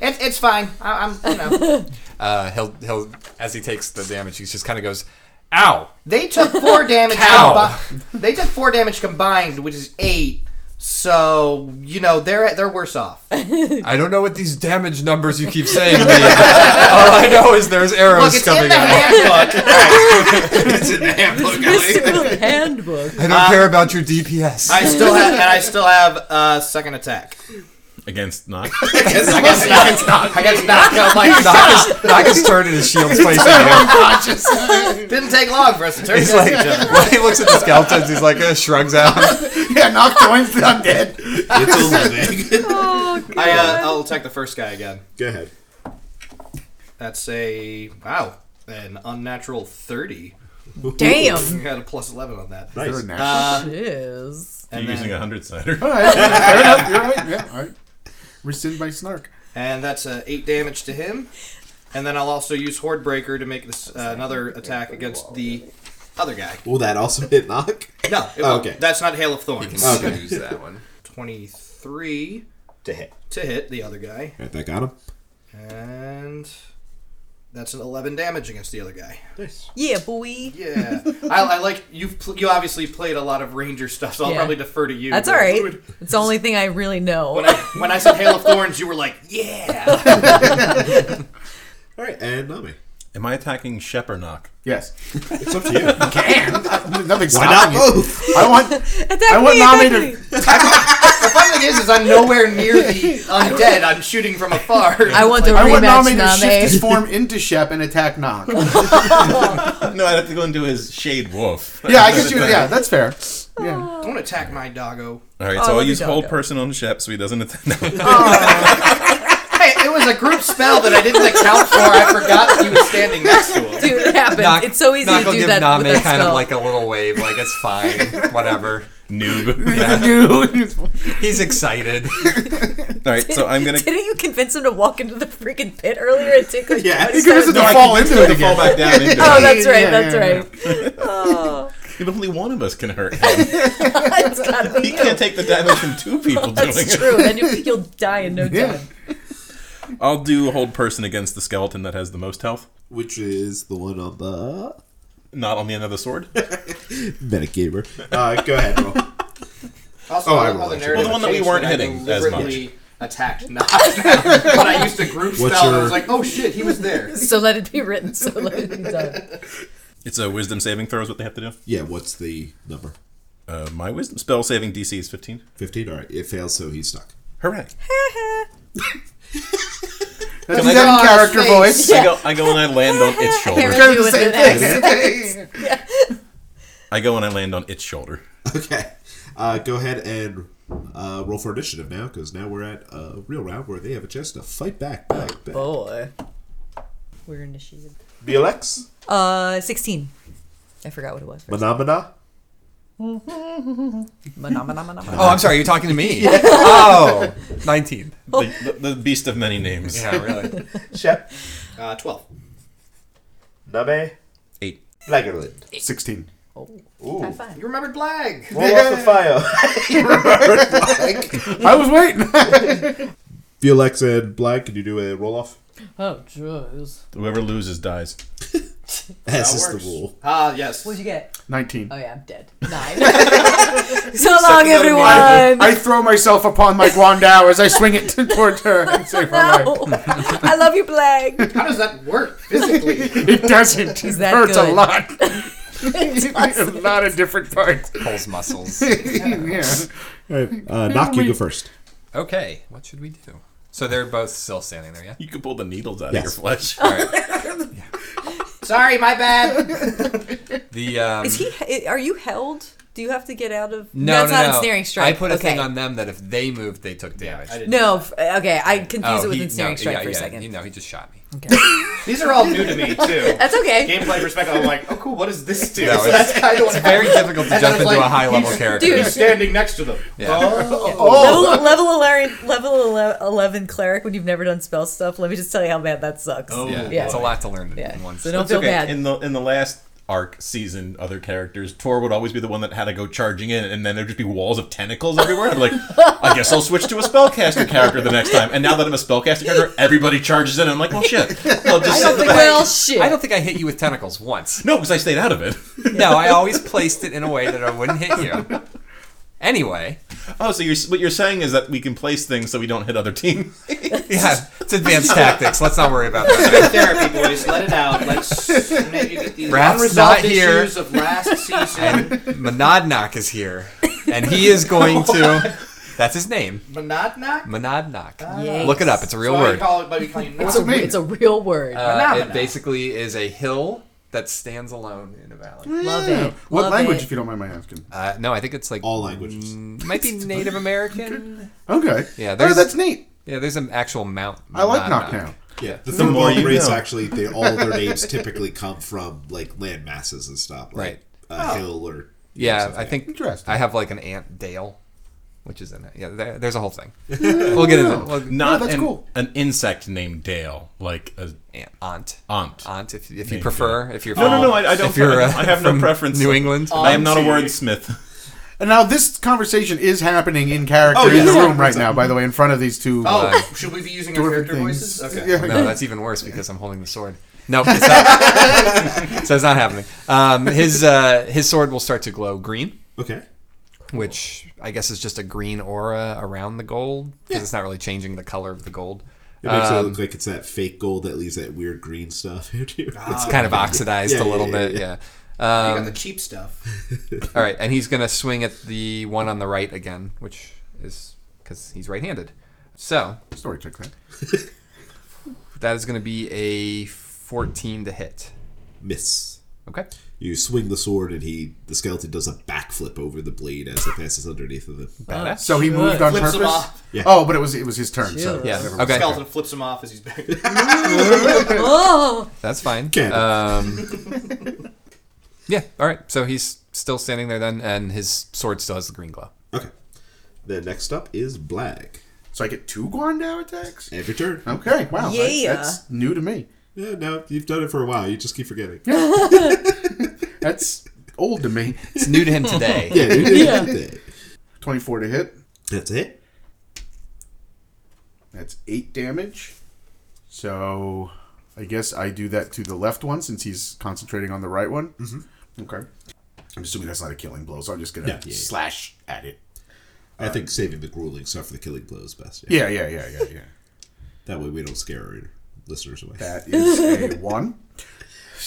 Speaker 6: It, it's fine. I, I'm, you know.
Speaker 3: Uh, he'll he'll as he takes the damage, he just kind of goes, "Ow!"
Speaker 6: They took four damage.
Speaker 3: Cow.
Speaker 6: Combi- they took four damage combined, which is eight. So you know they're they're worse off.
Speaker 3: I don't know what these damage numbers you keep saying mean. all I know is there's
Speaker 6: Look,
Speaker 3: arrows
Speaker 6: it's in
Speaker 3: coming
Speaker 6: the
Speaker 3: out.
Speaker 6: handbook.
Speaker 2: It's in the handbook. Ali.
Speaker 4: Mystical handbook.
Speaker 3: I don't care about your DPS.
Speaker 7: I still have, and I still have uh, second attack.
Speaker 9: against Nock.
Speaker 6: I guess not.
Speaker 7: Oh
Speaker 6: No, like,
Speaker 3: Nagas, Nagas turned in his shield's facing him.
Speaker 7: Didn't take long for us to turn
Speaker 3: He's
Speaker 7: against
Speaker 3: like,
Speaker 7: each other.
Speaker 3: when he looks at the skeletons, he's like, uh, shrugs out.
Speaker 5: yeah, knock joins the undead.
Speaker 2: It's a living.
Speaker 7: I, uh, I'll attack the first guy again.
Speaker 2: Go ahead.
Speaker 7: That's a wow, an unnatural thirty.
Speaker 4: Damn.
Speaker 7: You got a plus eleven on that.
Speaker 3: Uh,
Speaker 2: Nice.
Speaker 7: Uh,
Speaker 4: Yes.
Speaker 7: And
Speaker 9: You're using a
Speaker 7: then,
Speaker 9: hundred cider.
Speaker 5: All right, fair enough. You're right. Yeah, all right. Rescind my snark.
Speaker 7: and that's uh, eight damage to him. And then I'll also use Horde Breaker to make this uh, another attack against the other guy.
Speaker 2: Will that also hit knock?
Speaker 7: No, it
Speaker 2: Oh,
Speaker 7: won't.
Speaker 2: okay.
Speaker 7: that's not Hail of Thorns.
Speaker 2: Okay.
Speaker 3: Use that one.
Speaker 7: Twenty-three
Speaker 2: To hit.
Speaker 7: to hit the other guy,
Speaker 2: Right, that got him.
Speaker 7: and that's an eleven damage against the other guy.
Speaker 4: Yeah, boy.
Speaker 7: Yeah, I, I like you've pl- you obviously played a lot of Ranger stuff, so I'll
Speaker 4: Yeah.
Speaker 7: probably defer to you.
Speaker 4: That's
Speaker 7: but-
Speaker 4: all right. It's the only thing I really know.
Speaker 7: When I, when I said Hail of Thorns, you were like, "Yeah."
Speaker 2: All right, and Nami.
Speaker 9: Am I attacking Shep or Nock?
Speaker 5: Yes.
Speaker 2: It's up to you.
Speaker 5: Nothing
Speaker 2: Why not
Speaker 5: stopping it.
Speaker 2: both?
Speaker 5: I want.
Speaker 4: Attack
Speaker 5: I want
Speaker 4: me,
Speaker 5: Nami
Speaker 4: attack
Speaker 5: to-
Speaker 4: me.
Speaker 7: The funny thing is, is I'm nowhere near the undead. I'm shooting from afar.
Speaker 4: I want the
Speaker 5: I want Nami
Speaker 4: rematch,
Speaker 5: to shift his
Speaker 4: Nami.
Speaker 5: form into Shep and attack Knock.
Speaker 8: no, I'd have to go into his shade wolf.
Speaker 5: Yeah, I guess you. Yeah, that's fair. Yeah.
Speaker 7: Don't attack my doggo.
Speaker 8: All right, so
Speaker 4: Oh,
Speaker 8: I'll
Speaker 4: you
Speaker 8: use
Speaker 4: don't
Speaker 8: whole
Speaker 4: go.
Speaker 8: person on Shep so he doesn't attack.
Speaker 7: Hey, it was a group spell that I didn't account for. I forgot he was standing next to him.
Speaker 4: Dude, it happens.
Speaker 3: Knock-
Speaker 4: it's so easy
Speaker 3: Knock
Speaker 4: to
Speaker 3: will
Speaker 4: do
Speaker 3: give
Speaker 4: that
Speaker 3: Name
Speaker 4: with that
Speaker 3: kind
Speaker 4: spell.
Speaker 3: of like a little wave, like it's fine, whatever.
Speaker 8: Noob.
Speaker 3: He's excited.
Speaker 8: All right, so I'm gonna.
Speaker 4: Didn't you convince him to walk into the freaking pit earlier and take like
Speaker 2: Yeah,
Speaker 4: 20
Speaker 2: he
Speaker 5: gives it
Speaker 4: steps?
Speaker 5: the- fall into it again.
Speaker 8: fall back down into
Speaker 4: Oh,
Speaker 8: it.
Speaker 4: that's right.
Speaker 5: Yeah,
Speaker 4: that's
Speaker 5: yeah,
Speaker 4: right. Oh,
Speaker 8: If only one of us can hurt him.
Speaker 4: it's gotta be
Speaker 8: He
Speaker 4: you.
Speaker 8: can't take the damage from two people doing
Speaker 4: that's
Speaker 8: it.
Speaker 4: true. Then you, you'll die in no
Speaker 5: Yeah.
Speaker 4: time.
Speaker 8: I'll do hold person against the skeleton that has the most health,
Speaker 2: Which is the one on the
Speaker 8: not on the end of the sword.
Speaker 2: medic gamer. Uh, go ahead, roll.
Speaker 7: Also,
Speaker 2: Oh, I
Speaker 7: all
Speaker 2: rolled
Speaker 7: the
Speaker 2: it.
Speaker 7: narrative
Speaker 8: Well, the one that we
Speaker 7: changed
Speaker 8: weren't
Speaker 7: I
Speaker 8: hitting as
Speaker 7: deliberately Attacked not, but I used a group
Speaker 2: What's
Speaker 7: spell. and I
Speaker 2: your-
Speaker 7: was like, "Oh shit, he was there."
Speaker 4: So let it be written. So let it be done.
Speaker 8: It's a wisdom saving throw is what they have to do.
Speaker 2: Yeah, what's the number?
Speaker 8: Uh, my wisdom spell saving DC is 15.
Speaker 2: 15? All right, it fails, so he's stuck.
Speaker 8: Hooray!
Speaker 5: That's
Speaker 8: Can I
Speaker 5: that
Speaker 6: go-
Speaker 5: character
Speaker 6: Face.
Speaker 5: voice.
Speaker 8: I go I go and I land on its shoulder.
Speaker 4: Harry,
Speaker 5: the
Speaker 4: with
Speaker 5: same
Speaker 4: an X.
Speaker 8: I go and I land on its shoulder.
Speaker 2: Okay. Uh, go ahead and uh, roll for initiative now, because now we're at a real round where they have a chance to fight back. back, back.
Speaker 4: Boy, we're initiated.
Speaker 2: BLX?
Speaker 4: Uh, sixteen. I forgot what it was.
Speaker 2: Manamana?
Speaker 4: Manamana.
Speaker 3: Oh, I'm sorry, you're talking to me. Oh, 19.
Speaker 8: The, the, the beast of many names.
Speaker 3: Yeah, really.
Speaker 2: Shep?
Speaker 7: Uh, Twelve.
Speaker 2: Name?
Speaker 8: Eight.
Speaker 2: Lagerlin.
Speaker 5: Sixteen.
Speaker 4: High five.
Speaker 7: You remembered Blag.
Speaker 2: Roll off the fire.
Speaker 5: I was waiting.
Speaker 2: BLX and Black, can you do a roll off?
Speaker 4: Oh, jeez.
Speaker 8: Whoever loses dies.
Speaker 2: As is the rule.
Speaker 7: Ah, yes.
Speaker 4: What'd you get?
Speaker 5: Nineteen.
Speaker 4: Oh yeah, I'm dead. Nine. so long, everyone.
Speaker 5: I throw myself upon my Guandao as I swing it towards her and save her life.
Speaker 4: No. I love you, Blag.
Speaker 7: How does that work physically?
Speaker 5: It doesn't. It
Speaker 4: that
Speaker 5: hurts a
Speaker 4: good?
Speaker 5: lot. a lot of different parts.
Speaker 3: Pulls muscles.
Speaker 5: yeah.
Speaker 2: Uh, knock, you go first.
Speaker 3: Okay, what should we do? So they're both still standing there, yeah?
Speaker 8: You can pull the needles out
Speaker 2: Yes.
Speaker 8: of your flesh.
Speaker 3: All right.
Speaker 6: Sorry, my bad.
Speaker 3: The um,
Speaker 4: Is he? Are you held? Do you have to get out of?
Speaker 3: no,
Speaker 4: that's
Speaker 3: no,
Speaker 4: not
Speaker 3: no.
Speaker 4: a snaring strike.
Speaker 3: I put a
Speaker 4: okay.
Speaker 3: thing on them that if they moved, they took damage.
Speaker 7: I didn't
Speaker 4: No, f- okay, I confused it
Speaker 3: Oh,
Speaker 4: with
Speaker 3: he-
Speaker 4: ensnaring
Speaker 3: no,
Speaker 4: strike
Speaker 3: yeah,
Speaker 4: for a
Speaker 3: yeah,
Speaker 4: second.
Speaker 3: You know, he just shot me.
Speaker 10: These are all new to me too.
Speaker 4: That's okay,
Speaker 10: Gameplay perspective, I'm like, oh cool, what does this do?
Speaker 3: No,
Speaker 10: so
Speaker 3: it's-
Speaker 10: that's kind of what
Speaker 3: Very difficult to
Speaker 10: And I
Speaker 3: jump
Speaker 10: was
Speaker 3: into
Speaker 10: like,
Speaker 3: a high level
Speaker 10: he's-
Speaker 3: character.
Speaker 4: dude.
Speaker 10: He's standing next to them.
Speaker 3: Yeah.
Speaker 7: Oh.
Speaker 4: Level, level eleven, level ele- eleven cleric when you've never done spell stuff. Let me just tell you how bad that sucks.
Speaker 3: yeah,
Speaker 4: yeah.
Speaker 3: it's a lot to learn in
Speaker 4: Yeah.
Speaker 3: one.
Speaker 4: So don't
Speaker 3: shot.
Speaker 4: feel bad.
Speaker 9: In the in the last arc season, other characters, Tor would always be the one that had to go charging in, and then there'd just be walls of tentacles everywhere. I'm like, I guess I'll switch to a spellcaster character the next time. And now that I'm a spellcaster character, everybody charges in. And I'm like, well, shit. I'll just sit in the back.
Speaker 4: well, shit.
Speaker 3: I don't think I hit you with tentacles once.
Speaker 9: No, because I stayed out of it.
Speaker 3: No, I always placed it in a way that I wouldn't hit you. Anyway,
Speaker 9: Oh, so you're, what you're saying is that we can place things so we don't hit other teams.
Speaker 3: yeah, it's advanced tactics. Let's not worry about that.
Speaker 10: Therapy boys, let it out. Let's
Speaker 6: Maybe get these
Speaker 3: Raph's
Speaker 6: unresolved
Speaker 3: not here.
Speaker 6: issues of last season.
Speaker 3: And Monadnock is here, and he is going to. That's his name,
Speaker 10: Monadnock?
Speaker 3: Monadnock.
Speaker 4: Yikes.
Speaker 3: Look it up; it's a real
Speaker 10: Sorry,
Speaker 3: word.
Speaker 10: Call it, but we call you
Speaker 4: it's, a,
Speaker 10: Knock.
Speaker 4: it's a real word.
Speaker 3: Uh,
Speaker 6: Monadnock.
Speaker 3: it basically is a hill that stands alone in a valley.
Speaker 4: Love it.
Speaker 5: What
Speaker 4: Love
Speaker 5: language,
Speaker 4: it.
Speaker 5: if you don't mind my asking?
Speaker 3: Uh, no, I think it's like
Speaker 2: All languages.
Speaker 3: Mm, might be Native American.
Speaker 5: Okay.
Speaker 3: Yeah,
Speaker 5: Oh,
Speaker 3: there's-
Speaker 5: that's neat.
Speaker 3: Yeah, there's an actual mount.
Speaker 5: I like knock
Speaker 3: Monadnock.
Speaker 5: now.
Speaker 2: Yeah, the,
Speaker 9: more
Speaker 2: Thunderball
Speaker 9: you
Speaker 2: race
Speaker 9: know.
Speaker 2: actually, they all their names typically come from like land masses and stuff, like
Speaker 3: Right.
Speaker 2: uh, hill or
Speaker 3: Yeah, I think
Speaker 5: Interesting.
Speaker 3: I have like an aunt Dale, which is in it. Yeah, there, there's a whole thing. we'll get into we'll,
Speaker 9: Not
Speaker 5: that's
Speaker 9: an,
Speaker 5: cool.
Speaker 9: an insect named Dale, like an
Speaker 3: aunt, aunt,
Speaker 9: aunt.
Speaker 3: aunt. If, if you
Speaker 9: Maybe.
Speaker 3: prefer, if you're
Speaker 9: No, no,
Speaker 3: from-
Speaker 9: no, I- I don't-
Speaker 3: If you're,
Speaker 9: I-
Speaker 3: uh,
Speaker 9: I have no
Speaker 3: from
Speaker 9: preference.
Speaker 3: New England.
Speaker 9: I am not a
Speaker 10: Auntie.
Speaker 9: wordsmith.
Speaker 5: And now this conversation is happening in character
Speaker 2: Oh,
Speaker 5: in the
Speaker 2: yeah.
Speaker 5: room right now, by the way, in front of these two.
Speaker 10: Oh,
Speaker 3: Uh,
Speaker 10: should we be using
Speaker 5: two
Speaker 10: our
Speaker 5: different
Speaker 10: character
Speaker 5: things.
Speaker 10: voices? Okay.
Speaker 5: Yeah.
Speaker 3: No, that's even worse because I'm holding the sword. No, it's not. so it's not happening. Um, his uh, his sword will start to glow green,
Speaker 2: okay.
Speaker 3: which I guess is just a green aura around the gold because it's not really changing the color of the gold.
Speaker 2: It makes it look like it's that fake gold that leaves that weird green stuff here too.
Speaker 3: It's kind of oxidized
Speaker 2: Uh, Yeah,
Speaker 3: a
Speaker 2: yeah,
Speaker 3: little
Speaker 2: yeah,
Speaker 3: bit. Yeah.
Speaker 7: You
Speaker 3: Um,
Speaker 7: got the cheap stuff.
Speaker 3: all right, and he's gonna swing at the one on the right again, which is because he's right-handed. So
Speaker 5: Story check that.
Speaker 3: that is gonna be a 14 to hit.
Speaker 2: miss.
Speaker 3: Okay.
Speaker 2: You swing the sword, and he the skeleton does a backflip over the blade as it passes underneath of him.
Speaker 3: Badass.
Speaker 5: So he moved on
Speaker 7: Flips him
Speaker 5: purpose.
Speaker 7: off.
Speaker 2: Yeah.
Speaker 5: Oh, but it was it was his turn. So
Speaker 4: Yeah.
Speaker 5: never
Speaker 3: yeah.
Speaker 5: mind.
Speaker 3: Okay.
Speaker 7: Skeleton flips him off as he's back.
Speaker 4: Oh,
Speaker 3: That's fine.
Speaker 2: Get it.
Speaker 3: Um, yeah. All right. So he's still standing there then, and his sword still has the green glow.
Speaker 2: Okay. Then next up is Black.
Speaker 5: So I get two Guandao attacks.
Speaker 2: Every turn.
Speaker 5: Okay. Wow. that-
Speaker 4: Yeah.
Speaker 5: that's new to me.
Speaker 2: Yeah, no, you've done it for a while. You just keep forgetting.
Speaker 5: That's old to me.
Speaker 3: It's new to him today.
Speaker 2: Yeah, you did that.
Speaker 5: Twenty four to hit.
Speaker 2: That's it.
Speaker 5: That's eight damage. So I guess I do that to the left one since he's concentrating on the right one. Mm-hmm. Okay. I'm assuming that's not a killing blow, so I'm just gonna
Speaker 2: Yeah, yeah, yeah.
Speaker 5: slash at it.
Speaker 2: I think saving the grueling stuff for the killing blow is best.
Speaker 5: Yeah, yeah, yeah, yeah, yeah.
Speaker 2: That way we don't scare our listeners away.
Speaker 5: That is a one.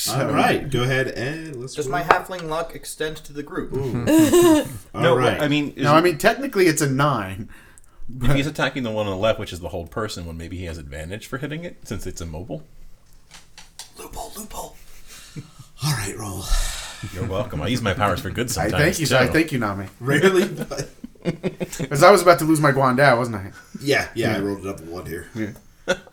Speaker 2: All right, go ahead and let's.
Speaker 7: Does
Speaker 2: roll.
Speaker 7: my halfling luck extend to the group?
Speaker 2: All
Speaker 9: no,
Speaker 2: right.
Speaker 9: I mean, is
Speaker 5: No, I mean technically it's a nine.
Speaker 9: If he's attacking the one on the left, which is the whole person, when maybe he has advantage for hitting it since it's immobile.
Speaker 2: loophole, loophole. All right, roll.
Speaker 9: You're welcome. I use my powers for good
Speaker 5: I
Speaker 9: sometimes.
Speaker 5: thank you,
Speaker 9: too.
Speaker 5: I thank you, Nami.
Speaker 2: Rarely, but
Speaker 5: Because I was about to lose my Guandao, wasn't I?
Speaker 2: yeah, yeah. I rolled it up a one here.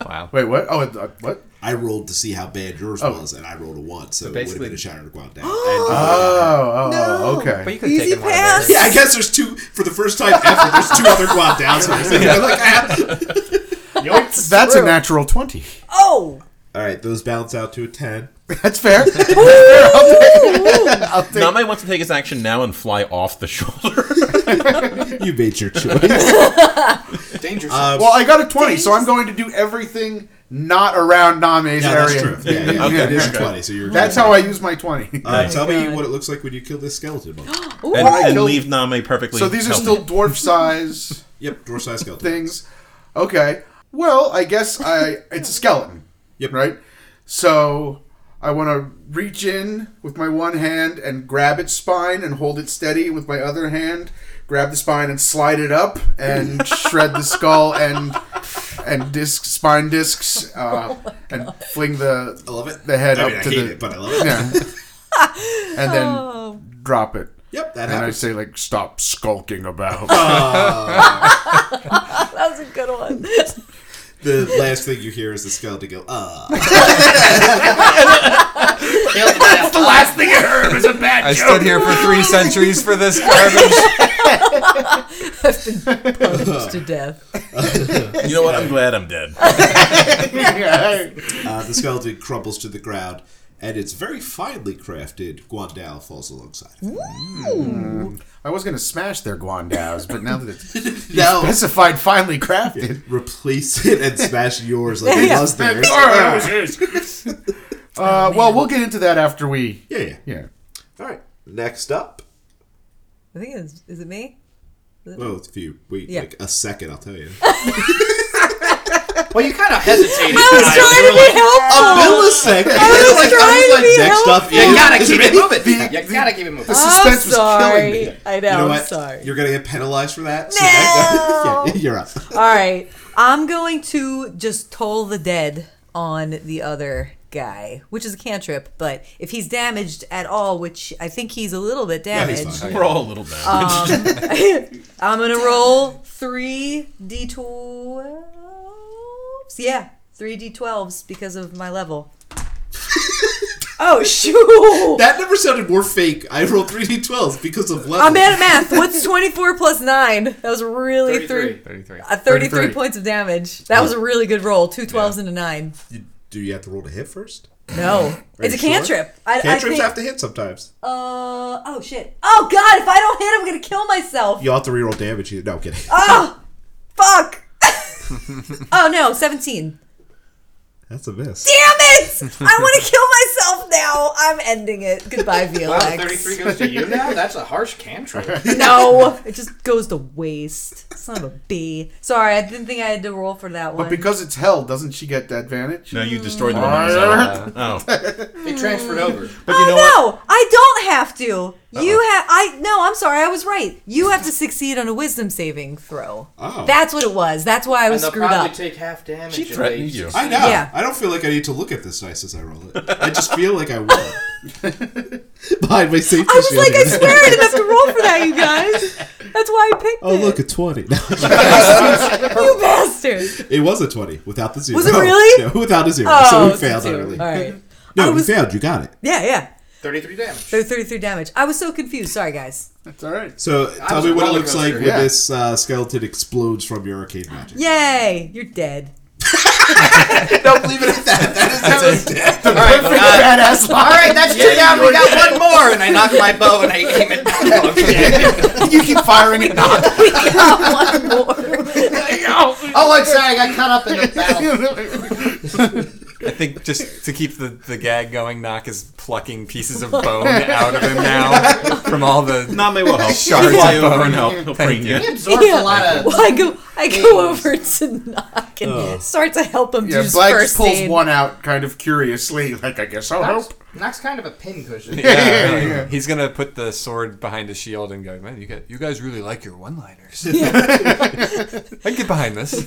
Speaker 3: Wow.
Speaker 5: Wait, what? Oh, uh, what?
Speaker 2: I rolled to see how bad yours was, and I rolled a one, so, it would have
Speaker 3: basically-
Speaker 2: been a shatter ground down.
Speaker 5: Oh, oh, oh, okay.
Speaker 3: But you could have
Speaker 4: Easy
Speaker 3: taken one
Speaker 4: pass.
Speaker 3: of
Speaker 2: yeah, I guess there's two for the first time ever. There's two other guap downs here. So you're like, ah.
Speaker 5: That's, a natural 20.
Speaker 4: oh,
Speaker 2: All right, those balance out to a ten.
Speaker 5: That's fair.
Speaker 9: Namai wants to take his action now and fly off the shoulder.
Speaker 2: You made your choice. Uh,
Speaker 7: Dangerous.
Speaker 5: well, I got a 20, so I'm going to do everything not around Name's
Speaker 2: Yeah, that's
Speaker 5: area.
Speaker 2: true. Yeah, yeah,
Speaker 9: Okay,
Speaker 2: yeah, it is
Speaker 9: okay.
Speaker 2: twenty. So you're.
Speaker 5: That's how I use my 20.
Speaker 2: Uh, tell me
Speaker 4: God.
Speaker 2: what it looks like when you kill this skeleton monkey.
Speaker 9: and
Speaker 5: I
Speaker 9: and
Speaker 5: killed-
Speaker 9: leave Name perfectly.
Speaker 5: so these are
Speaker 9: healthy.
Speaker 5: still dwarf size
Speaker 2: yep, dwarf size skeleton.
Speaker 5: things. Okay. Well, I guess I it's a skeleton.
Speaker 2: Yep.
Speaker 5: Right? So I want to reach in with my one hand and grab its spine and hold it steady with my other hand, grab the spine and slide it up and shred the skull and and disc spine discs uh, and fling the
Speaker 2: I love it.
Speaker 5: the head
Speaker 2: I mean,
Speaker 5: up
Speaker 2: I
Speaker 5: to
Speaker 2: hate
Speaker 5: the
Speaker 2: it, but I love it.
Speaker 5: yeah, and then drop it.
Speaker 2: Yep, that Oh.
Speaker 5: And I
Speaker 2: happens.
Speaker 5: say like, stop skulking about.
Speaker 4: That was a good one.
Speaker 2: The last thing you hear is the skeleton go, ah.
Speaker 10: That's the last thing I heard.
Speaker 5: It's a bad
Speaker 3: I stood here for three centuries for this garbage.
Speaker 4: Punished to death.
Speaker 9: You know what? I'm glad I'm dead.
Speaker 2: Uh, the skeleton crumbles to the ground, and its very finely crafted Guandao falls alongside. of it.
Speaker 5: I was gonna smash their guandaos, but now that it's
Speaker 2: No,
Speaker 5: specified, finely crafted.
Speaker 2: replace it and smash yours like it was theirs.
Speaker 5: Ah.
Speaker 6: Oh,
Speaker 5: Uh, well, we'll get into that after we.
Speaker 2: Yeah, yeah.
Speaker 5: Yeah.
Speaker 2: All right. Next up.
Speaker 4: I think it's is it me?
Speaker 2: Well, if you wait
Speaker 4: Yeah. Oh,
Speaker 2: like a second, I'll tell you.
Speaker 6: Well, you kind of hesitated.
Speaker 4: I was trying to be helpful.
Speaker 2: millisecond.
Speaker 4: was trying to be
Speaker 2: next up
Speaker 6: You
Speaker 2: is-
Speaker 6: gotta
Speaker 2: is
Speaker 6: keep it
Speaker 2: it me?
Speaker 6: moving.
Speaker 10: You gotta keep it moving.
Speaker 2: Suspense was killing me.
Speaker 4: sorry. I know.
Speaker 2: You know
Speaker 4: I'm
Speaker 2: what?
Speaker 4: sorry.
Speaker 2: You're gonna get penalized for that. So
Speaker 3: Oh,
Speaker 4: No.
Speaker 2: yeah, you're up.
Speaker 4: All right. I'm going to just toll the dead on the other guy, which is a cantrip, but if he's damaged at all, which I think he's a little bit
Speaker 2: Yeah, he's
Speaker 4: damaged,
Speaker 2: fine.
Speaker 9: We're all a little bad.
Speaker 5: Um,
Speaker 4: I'm going to roll 3 d12s. Yeah, 3 d12s because of my level. oh, shoot.
Speaker 2: That number sounded more fake. I rolled three d12s because of level.
Speaker 4: I'm bad at math. What's 24 plus 9? That was
Speaker 10: 33.
Speaker 4: really three,
Speaker 3: 33.
Speaker 4: uh, 33, points of damage. That was a really good roll. Two 12s and a 9.
Speaker 2: You- do you have to roll to hit first?
Speaker 4: No, it's a
Speaker 2: you sure?
Speaker 4: cantrip. I,
Speaker 2: Cantrips
Speaker 4: I think,
Speaker 2: have to hit sometimes.
Speaker 4: Uh, oh shit! Oh god! If I don't hit, I'm gonna kill myself.
Speaker 2: You have to reroll damage. You- No, I'm kidding.
Speaker 4: Oh, fuck! oh no, seventeen.
Speaker 2: That's a miss.
Speaker 4: Damn it! I want to kill myself now. I'm ending it. Goodbye,
Speaker 10: Wow,
Speaker 4: VLX.
Speaker 10: 33 goes to you now? That's a harsh cantrip.
Speaker 4: No, it just goes to waste. Son of a b. Sorry, I didn't think I had to roll for that one.
Speaker 5: But because it's hell, doesn't she get that advantage?
Speaker 9: No, you destroyed the one. that was out. Oh,
Speaker 10: They transferred over.
Speaker 9: but
Speaker 5: Oh,
Speaker 9: you know what?
Speaker 4: Oh, no, I don't have to. You have I no. I'm sorry. I was right. You have to succeed on a wisdom saving throw.
Speaker 2: Oh.
Speaker 4: That's what it was. That's why I was
Speaker 10: And they'll
Speaker 4: screwed
Speaker 10: probably
Speaker 4: up.
Speaker 10: take half damage.
Speaker 9: She
Speaker 10: if they
Speaker 9: threatened you.
Speaker 10: succeed.
Speaker 2: I know.
Speaker 4: Yeah.
Speaker 2: I don't feel like I need to look at this dice as I roll it. I just feel like I will. Behind my safety
Speaker 4: I was
Speaker 2: shield
Speaker 4: like, I
Speaker 2: here.
Speaker 4: swear I didn't have to roll for that, you guys. That's why I picked
Speaker 2: Oh
Speaker 4: it.
Speaker 2: look, a twenty. No,
Speaker 4: you bastard.
Speaker 2: it was a twenty without the zero.
Speaker 4: Was it really?
Speaker 2: No, without a zero.
Speaker 4: Oh,
Speaker 2: so we
Speaker 4: it's a
Speaker 2: failed
Speaker 4: two.
Speaker 2: utterly.
Speaker 4: All right. I
Speaker 2: No,
Speaker 4: was-
Speaker 2: we failed. You got it.
Speaker 4: Yeah, yeah.
Speaker 10: 33 damage.
Speaker 4: They're 33 damage. I was so confused. Sorry, guys.
Speaker 5: That's all right.
Speaker 2: So tell
Speaker 10: was
Speaker 2: me
Speaker 10: a
Speaker 2: what it
Speaker 10: roller
Speaker 2: looks
Speaker 10: coaster,
Speaker 2: like when
Speaker 5: yeah.
Speaker 2: this uh, skeleton explodes from your arcade magic.
Speaker 4: Yay, you're dead.
Speaker 2: Don't leave it at that. That is
Speaker 10: All right,
Speaker 5: Badass
Speaker 6: All right, that's two down. We got one more, and I knock my bow and I aim it.
Speaker 5: you keep firing it.
Speaker 4: We got one more.
Speaker 6: Oh, I'm sorry, I got caught up in the battle.
Speaker 3: I think just to keep the, the gag going, Knock is plucking pieces of bone out of him now from all the
Speaker 9: Name will help.
Speaker 3: shards
Speaker 9: Fly
Speaker 3: of
Speaker 9: over and
Speaker 3: bone.
Speaker 9: help. He'll bring you.
Speaker 10: He absorbs a
Speaker 4: Yeah.
Speaker 10: lot of.
Speaker 4: Well, I go, I go over to Knock and start to help him do
Speaker 5: Yeah,
Speaker 4: his
Speaker 5: Black
Speaker 4: first
Speaker 5: pulls
Speaker 4: aid.
Speaker 5: one out kind of curiously, like, I guess I'll
Speaker 10: Knox,
Speaker 5: help.
Speaker 10: Knox kind of a pincushion.
Speaker 3: Yeah,
Speaker 5: Yeah,
Speaker 3: really.
Speaker 5: yeah.
Speaker 3: He's gonna put the sword behind his shield and go, man. You guys, you guys really like your one-liners. I can get behind this.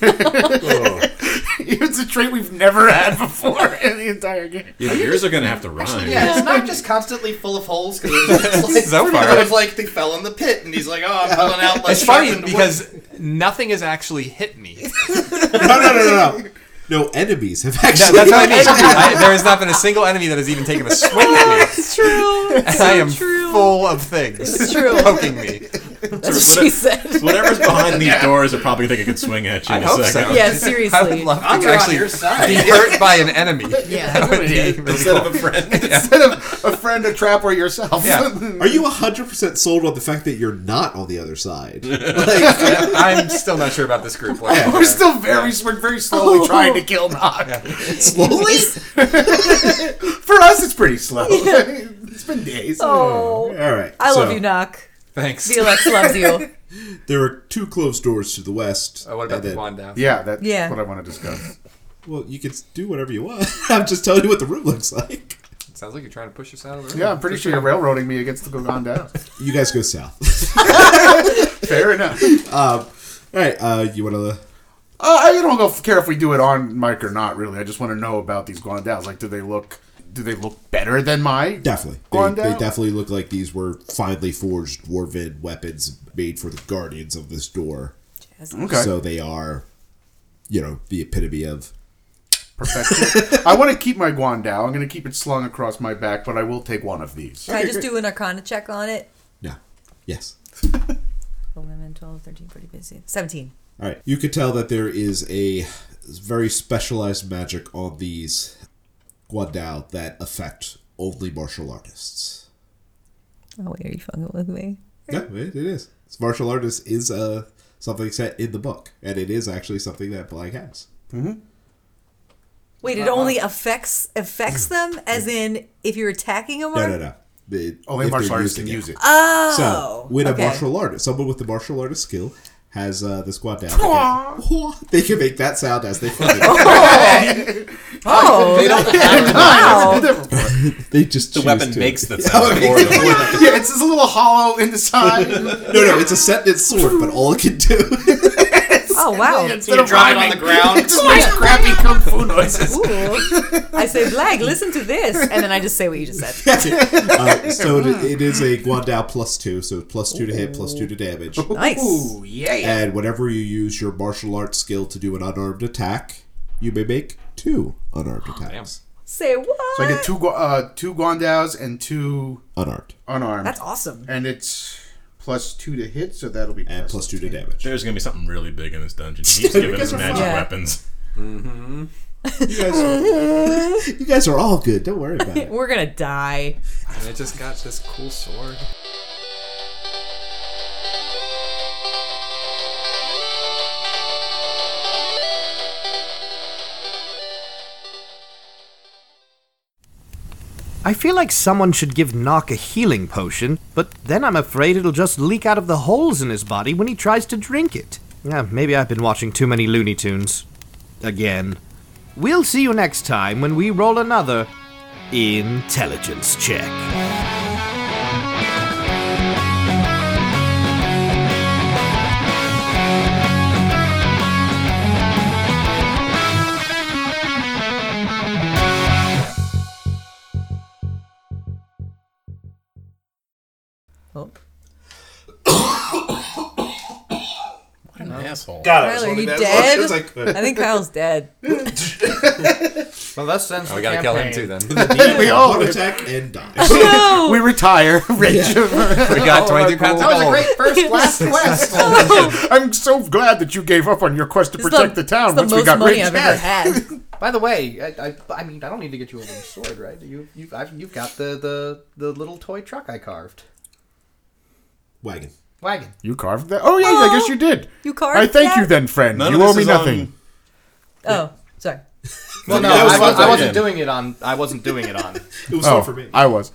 Speaker 5: it's a trait we've never had before in the entire game.
Speaker 9: Your ears are gonna have to rhyme.
Speaker 10: Yeah, it's not just constantly full of holes because it's like,
Speaker 3: So far.
Speaker 10: It's like they fell in the pit, and he's like, "Oh, I'm pulling out my
Speaker 3: It's funny
Speaker 10: sharpened wood."
Speaker 3: because nothing has actually hit me.
Speaker 2: no, no, no, no, no. No enemies have
Speaker 3: No,
Speaker 2: actually.
Speaker 3: that's what I mean. I, there has not been a single enemy that has even taken a swing at me.
Speaker 4: It's true. It's
Speaker 3: And I am
Speaker 4: true.
Speaker 3: full of things
Speaker 4: It's true.
Speaker 3: poking me.
Speaker 4: That's what she said.
Speaker 9: Whatever's behind these doors, I probably think it could swing at you
Speaker 3: I
Speaker 9: in a
Speaker 3: hope
Speaker 9: second.
Speaker 3: so.
Speaker 4: Yeah,
Speaker 3: I would
Speaker 4: seriously.
Speaker 3: love
Speaker 10: I'm
Speaker 3: to
Speaker 10: on
Speaker 3: actually
Speaker 10: your
Speaker 3: be
Speaker 10: side.
Speaker 3: hurt by an enemy.
Speaker 4: Yeah.
Speaker 3: That would be really
Speaker 9: Instead
Speaker 3: cool.
Speaker 9: of a friend.
Speaker 5: Instead of a friend, a trap, or yourself.
Speaker 3: Yeah.
Speaker 2: Are you 100% sold on the fact that you're not on the other side? Like,
Speaker 3: I'm still not sure about this group. Like,
Speaker 5: We're still very, we're very slowly trying to kill Nog.
Speaker 2: slowly?
Speaker 5: For us, it's pretty slow. it's been days.
Speaker 2: All
Speaker 4: Oh.
Speaker 2: right.
Speaker 4: I love
Speaker 2: so,
Speaker 4: you, Knock.
Speaker 3: Thanks.
Speaker 4: Felix loves you.
Speaker 2: There are two closed doors to the west.
Speaker 3: Oh, what about
Speaker 2: and
Speaker 3: the
Speaker 2: then-
Speaker 3: wand now?
Speaker 5: Yeah, that's
Speaker 4: Yeah.
Speaker 5: what I want to discuss.
Speaker 2: Well, you can do whatever you want. I'm just telling you what the room looks like.
Speaker 3: Sounds like you're trying to push us out of the room.
Speaker 5: Yeah, I'm pretty sure you're railroading me against the Goganda.
Speaker 2: You guys go south.
Speaker 5: Fair enough.
Speaker 2: um, all right. Uh, you want to
Speaker 5: Uh, I don't go care if we do it on mic or not. Really, I just want to know about these Guandals. Like, do they look? Do they look better than my?
Speaker 2: Definitely.
Speaker 5: Gone
Speaker 2: They, they
Speaker 5: down?
Speaker 2: definitely look like these were finely forged dwarven weapons made for the guardians of this door.
Speaker 5: Okay.
Speaker 2: So they are, you know, the epitome of.
Speaker 5: Perfection. I want to keep my Guandao. I'm going to keep it slung across my back, but I will take one of these.
Speaker 4: Can I just do an arcana check on it?
Speaker 2: Yeah. Yes.
Speaker 4: 11, 12, 13, 14, 15, 17.
Speaker 2: All right. You could tell that there is a very specialized magic on these Guadao that affect only martial artists.
Speaker 4: Oh, wait, are you fucking with me?
Speaker 2: Yeah, it, it is. It's martial artist is uh, something set in the book, and it is actually something that Black has.
Speaker 4: Wait, it
Speaker 5: Uh-huh.
Speaker 4: only affects affects
Speaker 5: Mm.
Speaker 4: them as in if you're attacking them.
Speaker 2: No, no, no. They-
Speaker 5: Only
Speaker 2: if
Speaker 5: martial
Speaker 2: they're
Speaker 5: artists
Speaker 2: using Uh,
Speaker 5: can use it.
Speaker 4: Oh,
Speaker 2: So, with
Speaker 4: okay.
Speaker 2: a martial artist, someone with the martial artist skill has uh, the squat down. They can, they can make that sound as they fly.
Speaker 4: Oh, wow.
Speaker 2: They just
Speaker 9: The
Speaker 2: choose
Speaker 9: weapon
Speaker 2: to.
Speaker 9: Oh, makes the sound. for them.
Speaker 5: yeah, it's just a little hollow in the side.
Speaker 2: No, no, it's a sentence sword, but all it can do.
Speaker 4: Oh, wow.
Speaker 10: So you drop it on the ground.
Speaker 5: Crappy kung fu noises.
Speaker 4: Ooh. I say, Black, listen to this. And then I just say what you just said.
Speaker 2: uh, so it, it is a Guandao plus two, so plus two to hit, plus two to damage.
Speaker 4: Nice.
Speaker 10: Ooh, yeah.
Speaker 2: And whenever you use your martial arts skill to do an unarmed attack, you may make two unarmed attacks.
Speaker 4: Say what?
Speaker 5: So I get two gu- uh, two Guandaos and two
Speaker 2: Unarmed.
Speaker 5: unarmed,
Speaker 4: That's awesome.
Speaker 5: and it's plus two to hit, so that'll be
Speaker 2: And plus two to damage.
Speaker 9: There's gonna be something really big in this dungeon. He keeps giving us magic
Speaker 4: Yeah.
Speaker 9: weapons.
Speaker 2: You guys, are, you guys are all good. Don't worry about it.
Speaker 4: We're going to die.
Speaker 3: And I just got this cool sword.
Speaker 1: I feel like someone should give Nock a healing potion, but then I'm afraid it'll just leak out of the holes in his body when he tries to drink it. Yeah, maybe I've been watching too many Looney Tunes. Again. We'll see you next time when we roll another intelligence check.
Speaker 4: Oh.
Speaker 9: An asshole.
Speaker 10: God,
Speaker 4: Tyler, you dead? I think Kyle's dead.
Speaker 7: Well, that sends.
Speaker 3: Oh,
Speaker 7: the
Speaker 3: we gotta kill him too
Speaker 7: campaign.
Speaker 3: then.
Speaker 2: we all heart attack and die.
Speaker 4: No!
Speaker 5: We retire, Rich.
Speaker 3: We got 23 pounds
Speaker 10: That
Speaker 3: of
Speaker 10: was a
Speaker 3: gold.
Speaker 10: great first last quest.
Speaker 5: I'm so glad that you gave up on your quest to
Speaker 4: It's
Speaker 5: protect the, town
Speaker 4: it's the
Speaker 5: once
Speaker 4: most
Speaker 5: we got
Speaker 4: money
Speaker 5: rich.
Speaker 4: I've ever had.
Speaker 7: By the way, I, I, I mean, I don't need to get you a little sword, right? You, you, I've, you've got the, the, the little toy truck I carved.
Speaker 2: Wagon.
Speaker 7: Wagon.
Speaker 5: You carved that? Oh yeah, I guess you did.
Speaker 4: You carved
Speaker 5: I thank you
Speaker 4: that?
Speaker 5: then, friend.
Speaker 9: None
Speaker 5: you
Speaker 9: of
Speaker 5: owe
Speaker 9: this
Speaker 5: me
Speaker 9: is
Speaker 5: nothing.
Speaker 9: on-
Speaker 4: Oh, sorry.
Speaker 7: Well, no,
Speaker 2: that was
Speaker 7: I, was,
Speaker 2: fun.
Speaker 7: I wasn't
Speaker 9: Again.
Speaker 7: doing it on. I wasn't doing it on.
Speaker 2: It was
Speaker 5: Oh,
Speaker 2: not for me.
Speaker 5: I was.